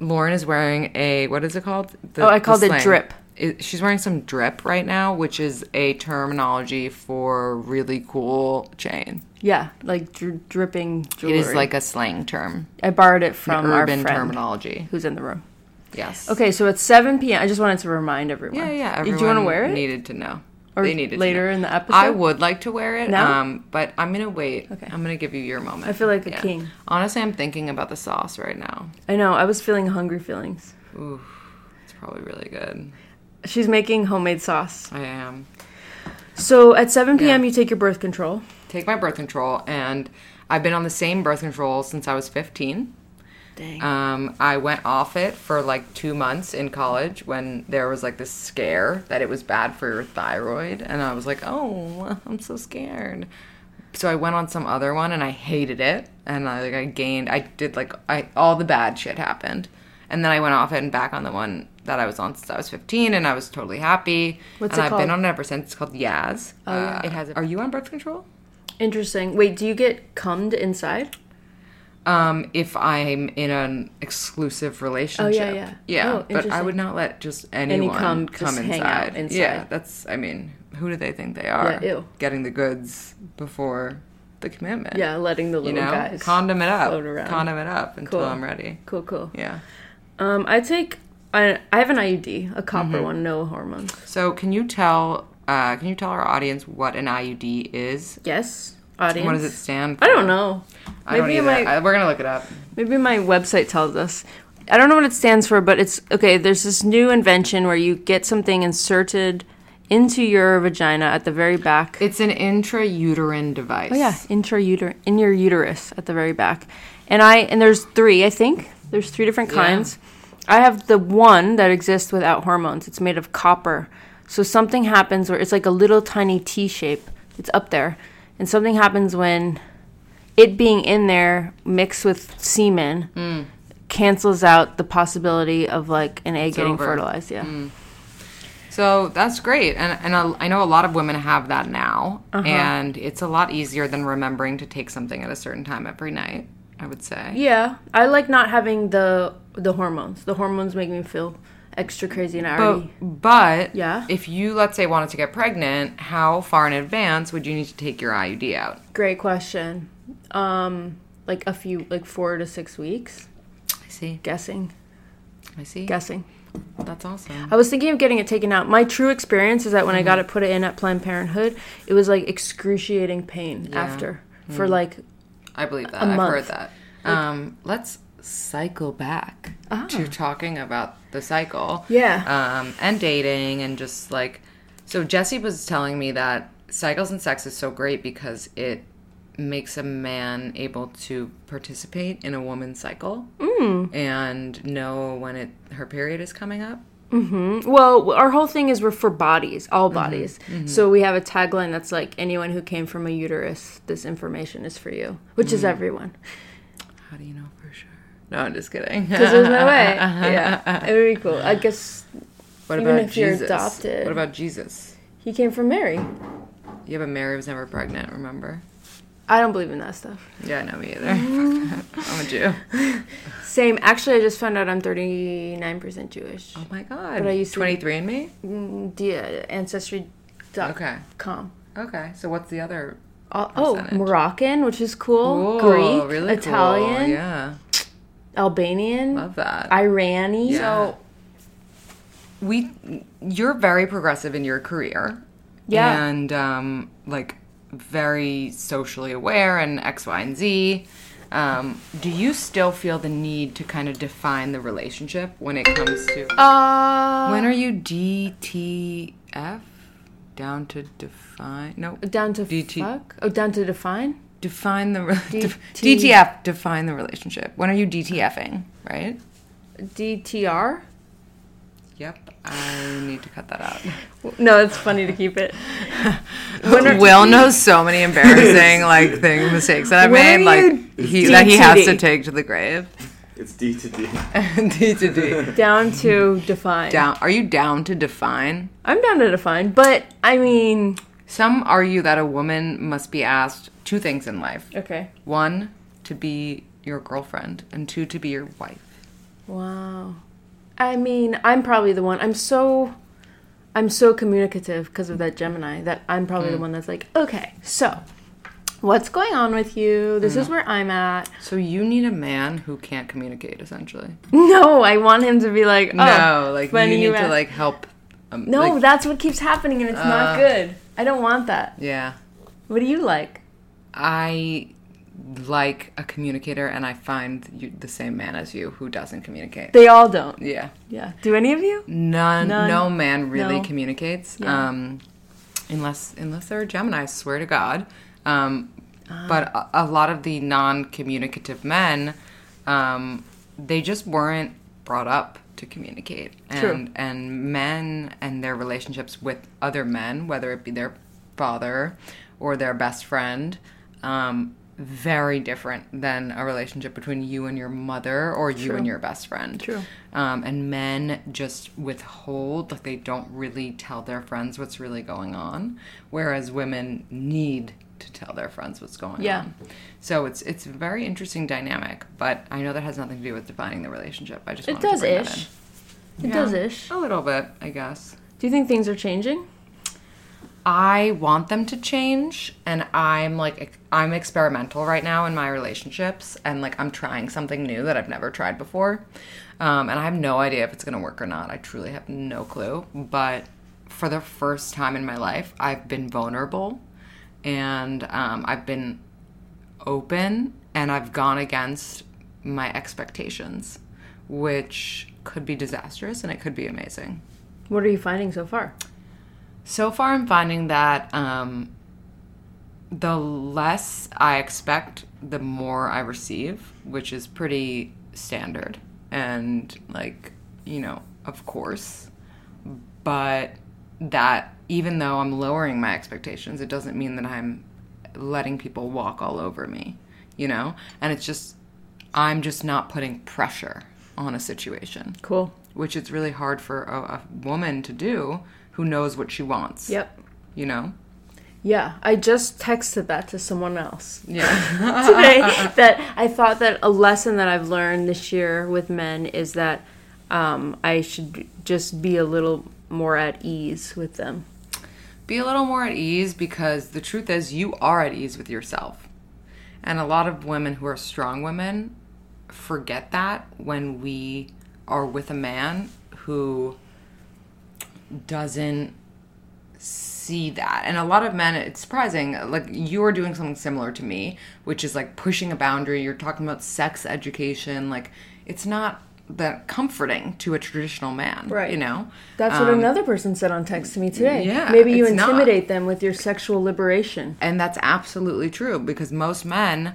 Speaker 1: Lauren is wearing a what is it called? The,
Speaker 2: Oh, I called it
Speaker 1: slang.
Speaker 2: drip.
Speaker 1: It, she's wearing some drip right now, which is a terminology for really cool chain.
Speaker 2: Yeah, like dri- dripping jewelry.
Speaker 1: It is like a slang term,
Speaker 2: I borrowed it from our
Speaker 1: urban
Speaker 2: friend
Speaker 1: terminology.
Speaker 2: who's in the room.
Speaker 1: Yes.
Speaker 2: Okay, so it's 7 p.m. I just wanted to remind everyone.
Speaker 1: Yeah, yeah.
Speaker 2: Do you
Speaker 1: Everyone
Speaker 2: want to wear it?
Speaker 1: Needed to know.
Speaker 2: Or
Speaker 1: they needed
Speaker 2: later
Speaker 1: to know.
Speaker 2: in the episode?
Speaker 1: I would like to wear it,
Speaker 2: Now?
Speaker 1: um, but I'm gonna wait. Okay. I'm gonna give you your moment. I
Speaker 2: feel like a king.
Speaker 1: Honestly, I'm thinking about the sauce right now.
Speaker 2: I know. I was feeling hungry feelings.
Speaker 1: It's probably really good.
Speaker 2: She's making homemade sauce.
Speaker 1: I am.
Speaker 2: So at 7 p.m., you take your birth control.
Speaker 1: Take my birth control, and I've been on the same birth control since I was 15.
Speaker 2: Dang.
Speaker 1: Um, I went off it for like two months in college when there was like this scare that it was bad for your thyroid, and I was like, "Oh, (laughs) I'm so scared." So I went on some other one, and I hated it, and I like I gained, I did like I all the bad shit happened, and then I went off it and back on the one that I was on since I was 15, and I was totally happy.
Speaker 2: What's
Speaker 1: and
Speaker 2: it
Speaker 1: I've been
Speaker 2: called?
Speaker 1: on it ever since. It's called Yaz. Oh, yeah. It has. Are you on birth control?
Speaker 2: Interesting. Wait, do you get cummed inside?
Speaker 1: Um, if I'm in an exclusive relationship,
Speaker 2: Oh, yeah.
Speaker 1: yeah,
Speaker 2: Oh,
Speaker 1: but I would
Speaker 2: interesting.
Speaker 1: not let just anyone
Speaker 2: cum
Speaker 1: come,
Speaker 2: just
Speaker 1: inside.
Speaker 2: hang out inside.
Speaker 1: Yeah, that's. I mean, who do they think they are?
Speaker 2: Yeah, ew.
Speaker 1: Getting the goods before the commitment.
Speaker 2: Yeah, letting the
Speaker 1: you
Speaker 2: little
Speaker 1: know,
Speaker 2: guys.
Speaker 1: condom it up,
Speaker 2: float around.
Speaker 1: condom it up until
Speaker 2: Cool.
Speaker 1: I'm ready.
Speaker 2: cool, cool.
Speaker 1: Yeah.
Speaker 2: Um, I take. I, I have an IUD, a copper
Speaker 1: Mm-hmm.
Speaker 2: one, no hormone.
Speaker 1: So, can you tell? Uh, can you tell our audience what an IUD is?
Speaker 2: Yes, audience.
Speaker 1: What does it stand? for?
Speaker 2: I don't know.
Speaker 1: I don't either.
Speaker 2: my
Speaker 1: I- we're gonna look it up.
Speaker 2: maybe my website tells us. I don't know what it stands for, but it's okay. There's this new invention where you get something inserted into your vagina at the very back.
Speaker 1: It's an intrauterine device.
Speaker 2: Oh yeah, intrauterine in your uterus at the very back. And I and there's three, I think. There's three different kinds. I have the one that exists without hormones. It's made of copper. So something happens where it's like a little tiny T shape. It's up there. And something happens when it being in there mixed with semen cancels out the possibility of like an egg getting
Speaker 1: over.
Speaker 2: fertilized. Yeah.
Speaker 1: So that's great, and and I, I know a lot of women have that now, and it's a lot easier than remembering to take something at a certain time every night. I would say.
Speaker 2: Yeah. I like not having the the hormones. The hormones make me feel extra crazy and I
Speaker 1: But,
Speaker 2: already
Speaker 1: but
Speaker 2: Yeah.
Speaker 1: if you let's say wanted to get pregnant, how far in advance would you need to take your IUD out?
Speaker 2: Great question. Um, like a few, like four to six weeks.
Speaker 1: I see.
Speaker 2: Guessing,
Speaker 1: I see.
Speaker 2: guessing.
Speaker 1: That's awesome.
Speaker 2: I was thinking of getting it taken out. My true experience is that when I got it put in at Planned Parenthood, it was like excruciating pain after for like
Speaker 1: I believe that.
Speaker 2: a
Speaker 1: I've
Speaker 2: month.
Speaker 1: heard that. Um, let's cycle back to talking about the cycle.
Speaker 2: Ah. Yeah.
Speaker 1: Um, and dating and just like so Jesse was telling me that cycles and sex is so great because it makes a man able to participate in a woman's cycle
Speaker 2: Mm.
Speaker 1: and know when it her period is coming up.
Speaker 2: Well, our whole thing is we're for bodies, all bodies. So we have a tagline that's like anyone who came from a uterus, this information is for you, which is everyone.
Speaker 1: How do you know for sure? No, I'm just kidding.
Speaker 2: Because there's no way. yeah, it would be cool. I guess
Speaker 1: (laughs) what
Speaker 2: even
Speaker 1: about
Speaker 2: if you're
Speaker 1: Jesus?
Speaker 2: adopted.
Speaker 1: What about Jesus?
Speaker 2: he came from Mary.
Speaker 1: Yeah, but Mary was never pregnant, remember?
Speaker 2: I don't believe in that stuff.
Speaker 1: Yeah, no, me either. I'm a Jew.
Speaker 2: Same. Actually, I just found out I'm 39% Jewish.
Speaker 1: Oh my god.
Speaker 2: But I used to- Mm-hmm.
Speaker 1: 23 and me?
Speaker 2: The uh, ancestry.com.
Speaker 1: Okay. Okay. So what's the other
Speaker 2: Oh, oh,
Speaker 1: Percentage.
Speaker 2: Moroccan, which is cool.
Speaker 1: Ooh,
Speaker 2: Oh, Greek,
Speaker 1: really cool.
Speaker 2: Italian,
Speaker 1: Yeah.
Speaker 2: Albanian,
Speaker 1: Love that.
Speaker 2: Iranian.
Speaker 1: So we you're very progressive in your career.
Speaker 2: Yeah.
Speaker 1: And um like very socially aware and X, Y, and Z. Um, do you still feel the need to kind of define the relationship when it comes to
Speaker 2: Uh,
Speaker 1: when are you DTF? Down to define? No,
Speaker 2: down to
Speaker 1: DT.
Speaker 2: fuck. Oh, down to define.
Speaker 1: define the re- def-
Speaker 2: DT.
Speaker 1: DTF define the relationship. When are you DTFing, right?
Speaker 2: DTR.
Speaker 1: Yep, I need to cut that (laughs) out.
Speaker 2: No, it's funny to keep it.
Speaker 1: Will knows so many embarrassing like thing mistakes that I
Speaker 2: When
Speaker 1: made,
Speaker 2: are
Speaker 1: like he, that he has to
Speaker 2: DTD?
Speaker 1: take to the grave. (laughs)
Speaker 3: It's D to D.
Speaker 1: D to D.
Speaker 2: Down to define.
Speaker 1: Down. Are you down to define?
Speaker 2: I'm down to define, but I mean,
Speaker 1: Some argue that a woman must be asked two things in life:
Speaker 2: okay.
Speaker 1: one, to be your girlfriend, and two, to be your wife.
Speaker 2: Wow. I mean, I'm probably the one. I'm so I'm so communicative because of that Gemini that I'm probably
Speaker 1: Mm.
Speaker 2: the one that's like, "Okay, so what's going on with you? This
Speaker 1: Mm.
Speaker 2: is where I'm at." (laughs)
Speaker 1: So you need a man who can't communicate, essentially.
Speaker 2: No, I want him to be like, "Oh,
Speaker 1: no, like you
Speaker 2: funny
Speaker 1: need to
Speaker 2: ask-
Speaker 1: like help. Um,
Speaker 2: No,
Speaker 1: like- Uh.
Speaker 2: that's what keeps happening and it's not good. I don't want that.
Speaker 1: yeah.
Speaker 2: What do you like?
Speaker 1: I like a communicator, and I find you, the same man as you who doesn't communicate.
Speaker 2: They all don't.
Speaker 1: yeah.
Speaker 2: Yeah. Do any of you?
Speaker 1: None,
Speaker 2: None.
Speaker 1: no man really
Speaker 2: No.
Speaker 1: communicates.
Speaker 2: Yeah.
Speaker 1: Um, unless unless they're a Gemini, I swear to God. Um,
Speaker 2: Ah.
Speaker 1: but a, a lot of the non-communicative men, um, they just weren't brought up to communicate. And
Speaker 2: True.
Speaker 1: and men and their relationships with other men, whether it be their father or their best friend, um, very different than a relationship between you and your mother or you and your best friend.
Speaker 2: True.
Speaker 1: Um, and men just withhold, like they don't really tell their friends what's really going on, whereas women need to tell their friends what's going
Speaker 2: Yeah.
Speaker 1: on. So it's it's a very interesting dynamic, but I know that has nothing to do with defining the relationship. I just
Speaker 2: It
Speaker 1: wanted to
Speaker 2: does
Speaker 1: bring that
Speaker 2: ish.
Speaker 1: in.
Speaker 2: It
Speaker 1: Yeah.
Speaker 2: does ish.
Speaker 1: A little bit, I guess.
Speaker 2: Do you think things are changing?
Speaker 1: I want them to change and I'm like ex- I'm experimental right now in my relationships and like I'm trying something new that I've never tried before. Um, and I have no idea if it's going to work or not. I truly have no clue, but for the first time in my life, I've been vulnerable and um, I've been open and I've gone against my expectations, which could be disastrous and it could be amazing
Speaker 2: What are you finding so far?
Speaker 1: so far i'm finding that um, the less i expect the more i receive which is pretty standard and like you know of course but that even though i'm lowering my expectations it doesn't mean that i'm letting people walk all over me you know and it's just i'm just not putting pressure on a situation
Speaker 2: Cool.
Speaker 1: which it's really hard for a, a woman to do who knows what she wants.
Speaker 2: Yep.
Speaker 1: You know?
Speaker 2: Yeah, I just texted that to someone else
Speaker 1: Yeah.
Speaker 2: (laughs) today. that I thought that a lesson that I've learned this year with men is that um, I should just be a little more at ease with them.
Speaker 1: Be a little more at ease because the truth is, you are at ease with yourself. And a lot of women who are strong women forget that when we are with a man who doesn't see that. And a lot of men, it's surprising, like you're doing something similar to me, which is like pushing a boundary. You're talking about sex education. Like it's not that comforting to a traditional man.
Speaker 2: Right.
Speaker 1: You know?
Speaker 2: That's what another person said on text to me today.
Speaker 1: yeah,
Speaker 2: Maybe you
Speaker 1: it's not.
Speaker 2: intimidate them with your sexual liberation.
Speaker 1: And that's absolutely true because most men,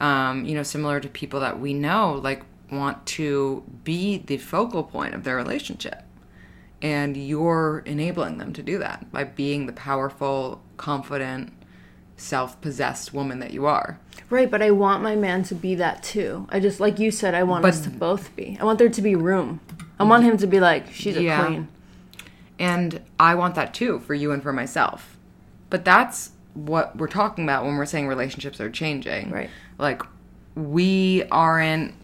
Speaker 1: um, you know, similar to people that we know, like want to be the focal point of their relationship. And you're enabling them to do that by being the powerful, confident, self possessed woman that you are.
Speaker 2: Right, but I want my man to be that too. I just, like you said, I want us to both be. I want there to be room. I want him to be like, she's a
Speaker 1: Yeah.
Speaker 2: queen.
Speaker 1: And I want that too for you and for myself. But that's what we're talking about when we're saying relationships are changing.
Speaker 2: Right.
Speaker 1: Like, we aren't,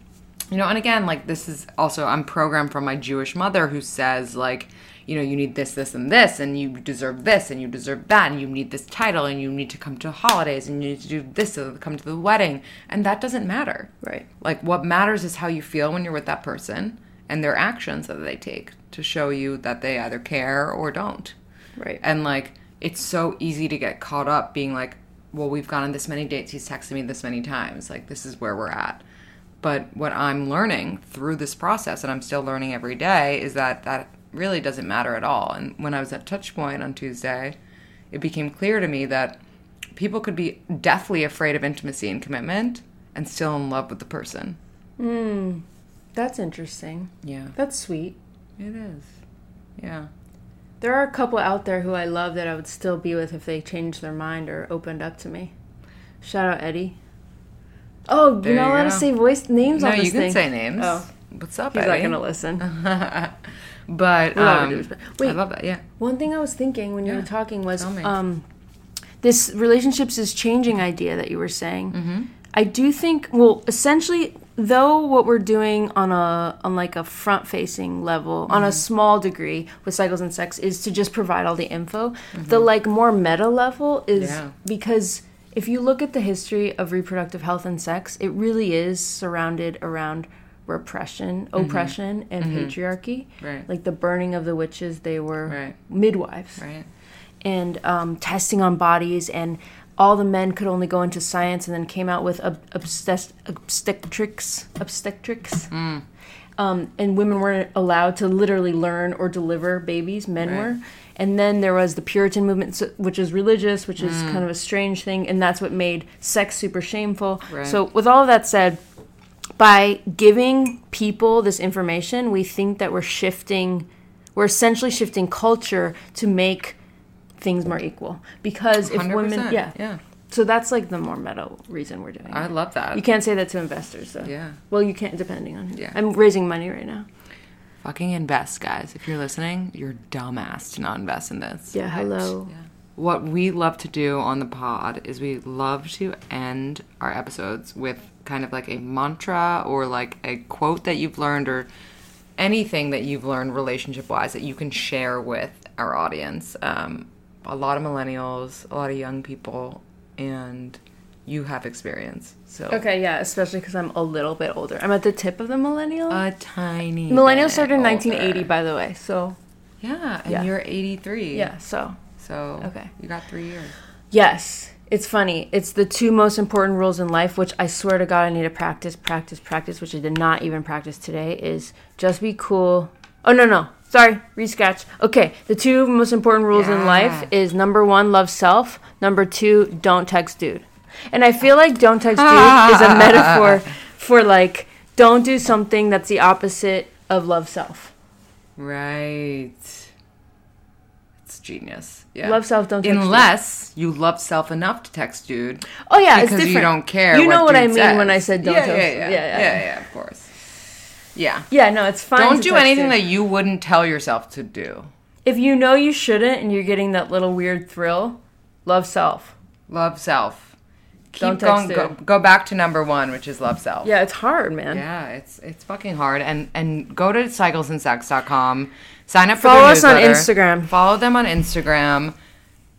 Speaker 1: you know, and again, like, this is also, I'm programmed from my Jewish mother who says, like, you know, you need this, this, and this, and you deserve this, and you deserve that, and you need this title, and you need to come to holidays, and you need to do this, and come to the wedding. And that doesn't matter.
Speaker 2: Right.
Speaker 1: Like what matters is how you feel when you're with that person and their actions that they take to show you that they either care or don't.
Speaker 2: Right.
Speaker 1: And like it's so easy to get caught up being like, well, we've gone on this many dates, he's texted me this many times, like this is where we're at. But what I'm learning through this process and I'm still learning every day is that that really doesn't matter at all. And when I was at Touchpoint on Tuesday, it became clear to me that people could be deathly afraid of intimacy and commitment and still in love with the person.
Speaker 2: That's interesting.
Speaker 1: Yeah.
Speaker 2: That's sweet.
Speaker 1: It is. Yeah.
Speaker 2: There are a couple out there who I love that I would still be with if they changed their mind or opened up to me. Shout out Eddie. Oh,
Speaker 1: There
Speaker 2: you're not
Speaker 1: you
Speaker 2: allowed to
Speaker 1: go.
Speaker 2: say voice names
Speaker 1: No,
Speaker 2: on this
Speaker 1: you can
Speaker 2: thing.
Speaker 1: say names.
Speaker 2: Oh.
Speaker 1: What's up,
Speaker 2: He's
Speaker 1: Eddie?
Speaker 2: not gonna listen.
Speaker 1: But
Speaker 2: Without
Speaker 1: um,
Speaker 2: due respect. Wait.
Speaker 1: I love that. Yeah.
Speaker 2: One thing I was thinking when you
Speaker 1: Yeah,
Speaker 2: were talking was
Speaker 1: tell me.
Speaker 2: um, this relationships is changing idea that you were saying.
Speaker 1: Mm-hmm.
Speaker 2: I do think well, essentially, though what we're doing on a on like a front facing level,
Speaker 1: Mm-hmm.
Speaker 2: on a small degree with cycles and sex, is to just provide all the info. The like more meta level is
Speaker 1: Mm-hmm. Yeah.
Speaker 2: because if you look at the history of reproductive health and sex, it really is surrounded around repression, oppression, and patriarchy.
Speaker 1: Mm-hmm. Right.
Speaker 2: Like the burning of the witches, they were
Speaker 1: Right.
Speaker 2: midwives
Speaker 1: Right.
Speaker 2: and um, testing on bodies and all the men could only go into science and then came out with ob- obsess- obstetrics obstetrics
Speaker 1: Mm.
Speaker 2: um, and women weren't allowed to literally learn or deliver babies men were and then there was the puritan movement so- which is religious which
Speaker 1: Mm.
Speaker 2: is kind of a strange thing and that's what made sex super shameful
Speaker 1: Right.
Speaker 2: so with all of that said by giving people this information, we think that we're shifting, we're essentially shifting culture to make things more equal. Because if
Speaker 1: 100%.
Speaker 2: women, yeah.
Speaker 1: Yeah.
Speaker 2: So that's like the more metal reason we're doing
Speaker 1: I
Speaker 2: it.
Speaker 1: love that.
Speaker 2: You can't say that to investors, though.
Speaker 1: Yeah.
Speaker 2: Well, you can't, depending on who.
Speaker 1: Yeah.
Speaker 2: I'm raising money right now.
Speaker 1: Fucking invest, guys. If you're listening, you're dumbass to not invest in this.
Speaker 2: Yeah, hello.
Speaker 1: What we love to do on the pod is we love to end our episodes with kind of like a mantra or like a quote that you've learned or anything that you've learned relationship wise that you can share with our audience. Um, a lot of millennials, a lot of young people, and you have experience. So
Speaker 2: Okay, yeah, especially because I'm a little bit older. I'm at the tip of the millennial.
Speaker 1: a tiny
Speaker 2: millennial
Speaker 1: bit
Speaker 2: started in
Speaker 1: older.
Speaker 2: 1980, by the way. So,
Speaker 1: Yeah, and
Speaker 2: Yeah.
Speaker 1: you're 83.
Speaker 2: yeah, so.
Speaker 1: So
Speaker 2: Okay.
Speaker 1: you got three years.
Speaker 2: Yes. It's funny. It's the two most important rules in life, which I swear to God I need to practice, practice, practice, which I did not even practice today, is just be cool. Oh, no, no. Sorry. Rescratch. Okay. The two most important rules in life is number one, love self. Number two, don't text dude. And I feel like don't text dude
Speaker 1: (laughs)
Speaker 2: is a metaphor for like, don't do something that's the opposite of love self.
Speaker 1: Right. It's genius. Yeah.
Speaker 2: Love self, don't text
Speaker 1: Unless you love self enough to text dude.
Speaker 2: Oh, yeah. it's
Speaker 1: because
Speaker 2: different.
Speaker 1: you don't care.
Speaker 2: You know what,
Speaker 1: dude
Speaker 2: I mean
Speaker 1: says.
Speaker 2: when I said don't
Speaker 1: yeah,
Speaker 2: text
Speaker 1: yeah, yeah.
Speaker 2: dude.
Speaker 1: Yeah, yeah, of course. Yeah.
Speaker 2: Yeah, no, it's fine.
Speaker 1: Don't
Speaker 2: to
Speaker 1: do
Speaker 2: text
Speaker 1: anything
Speaker 2: it.
Speaker 1: that you wouldn't tell yourself to do.
Speaker 2: if you know you shouldn't and you're getting that little weird thrill, love self.
Speaker 1: Love self. Keep
Speaker 2: Don't
Speaker 1: going.
Speaker 2: text
Speaker 1: Go, go back to number one, which is love self.
Speaker 2: Yeah, it's hard, man.
Speaker 1: Yeah, it's it's fucking hard. And and go to cyclesandsex.com. Sign up for
Speaker 2: Follow
Speaker 1: their
Speaker 2: us on
Speaker 1: newsletter.
Speaker 2: Instagram.
Speaker 1: Follow them on Instagram.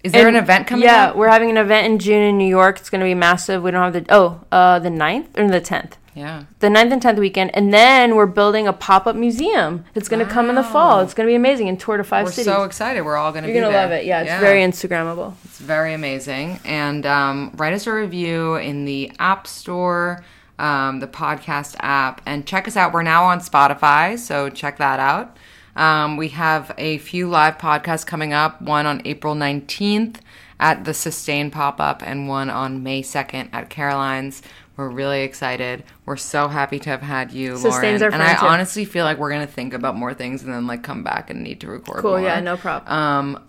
Speaker 1: Is there
Speaker 2: And-
Speaker 1: an event coming
Speaker 2: Yeah,
Speaker 1: up?
Speaker 2: we're having an event in June in New York. It's going to be massive. We don't have the oh, uh, the 9th or the tenth.
Speaker 1: Yeah.
Speaker 2: The 9th and tenth weekend, and then we're building a pop up museum. It's going to come in the fall. It's going to be amazing and tour to 5
Speaker 1: We're
Speaker 2: cities.
Speaker 1: so excited. We're all going to
Speaker 2: you're
Speaker 1: be
Speaker 2: gonna
Speaker 1: there.
Speaker 2: love it. Yeah, it's very Instagrammable.
Speaker 1: It's very amazing. And um, write us a review in the App Store, um, the podcast app, and check us out. We're now on Spotify, so check that out. Um, we have a few live podcasts coming up one on April 19th at the Sustain pop up, and one on May 2nd at Caroline's. We're really excited. We're so happy to have had you,
Speaker 2: Sustain's
Speaker 1: Lauren.
Speaker 2: our
Speaker 1: and I
Speaker 2: friend, too.
Speaker 1: honestly feel like we're gonna think about more things and then like come back and need to record.
Speaker 2: Cool,
Speaker 1: more.
Speaker 2: yeah, no problem.
Speaker 1: Um,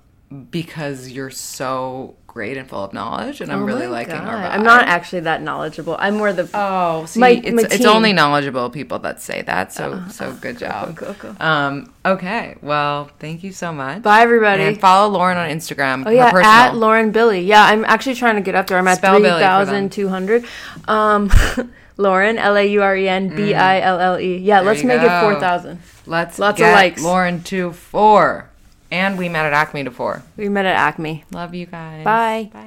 Speaker 1: because you're so great and full of knowledge, and I'm really liking our. Vibe.
Speaker 2: Oh I'm not actually that knowledgeable. I'm more the
Speaker 1: Oh, see,
Speaker 2: my-
Speaker 1: it's,
Speaker 2: my
Speaker 1: it's
Speaker 2: team. Uh-huh.
Speaker 1: only knowledgeable people that say that. So, so good job.
Speaker 2: cool, cool,
Speaker 1: Um, okay, well, thank you so much.
Speaker 2: Bye, everybody.
Speaker 1: And follow Lauren on Instagram.
Speaker 2: Oh yeah, at Lauren Billy. Yeah, I'm actually trying to get up there. I'm at
Speaker 1: Spell
Speaker 2: three
Speaker 1: Billy for them.
Speaker 2: thousand two hundred. Um, (laughs) Lauren L A U R E N B I L L E. Yeah, let's
Speaker 1: you
Speaker 2: make
Speaker 1: go.
Speaker 2: it four thousand.
Speaker 1: Let's
Speaker 2: lots of
Speaker 1: get
Speaker 2: likes.
Speaker 1: Lauren to four, and we met at Acme to four.
Speaker 2: We met at Acme.
Speaker 1: Love you guys.
Speaker 2: Bye.
Speaker 1: Bye.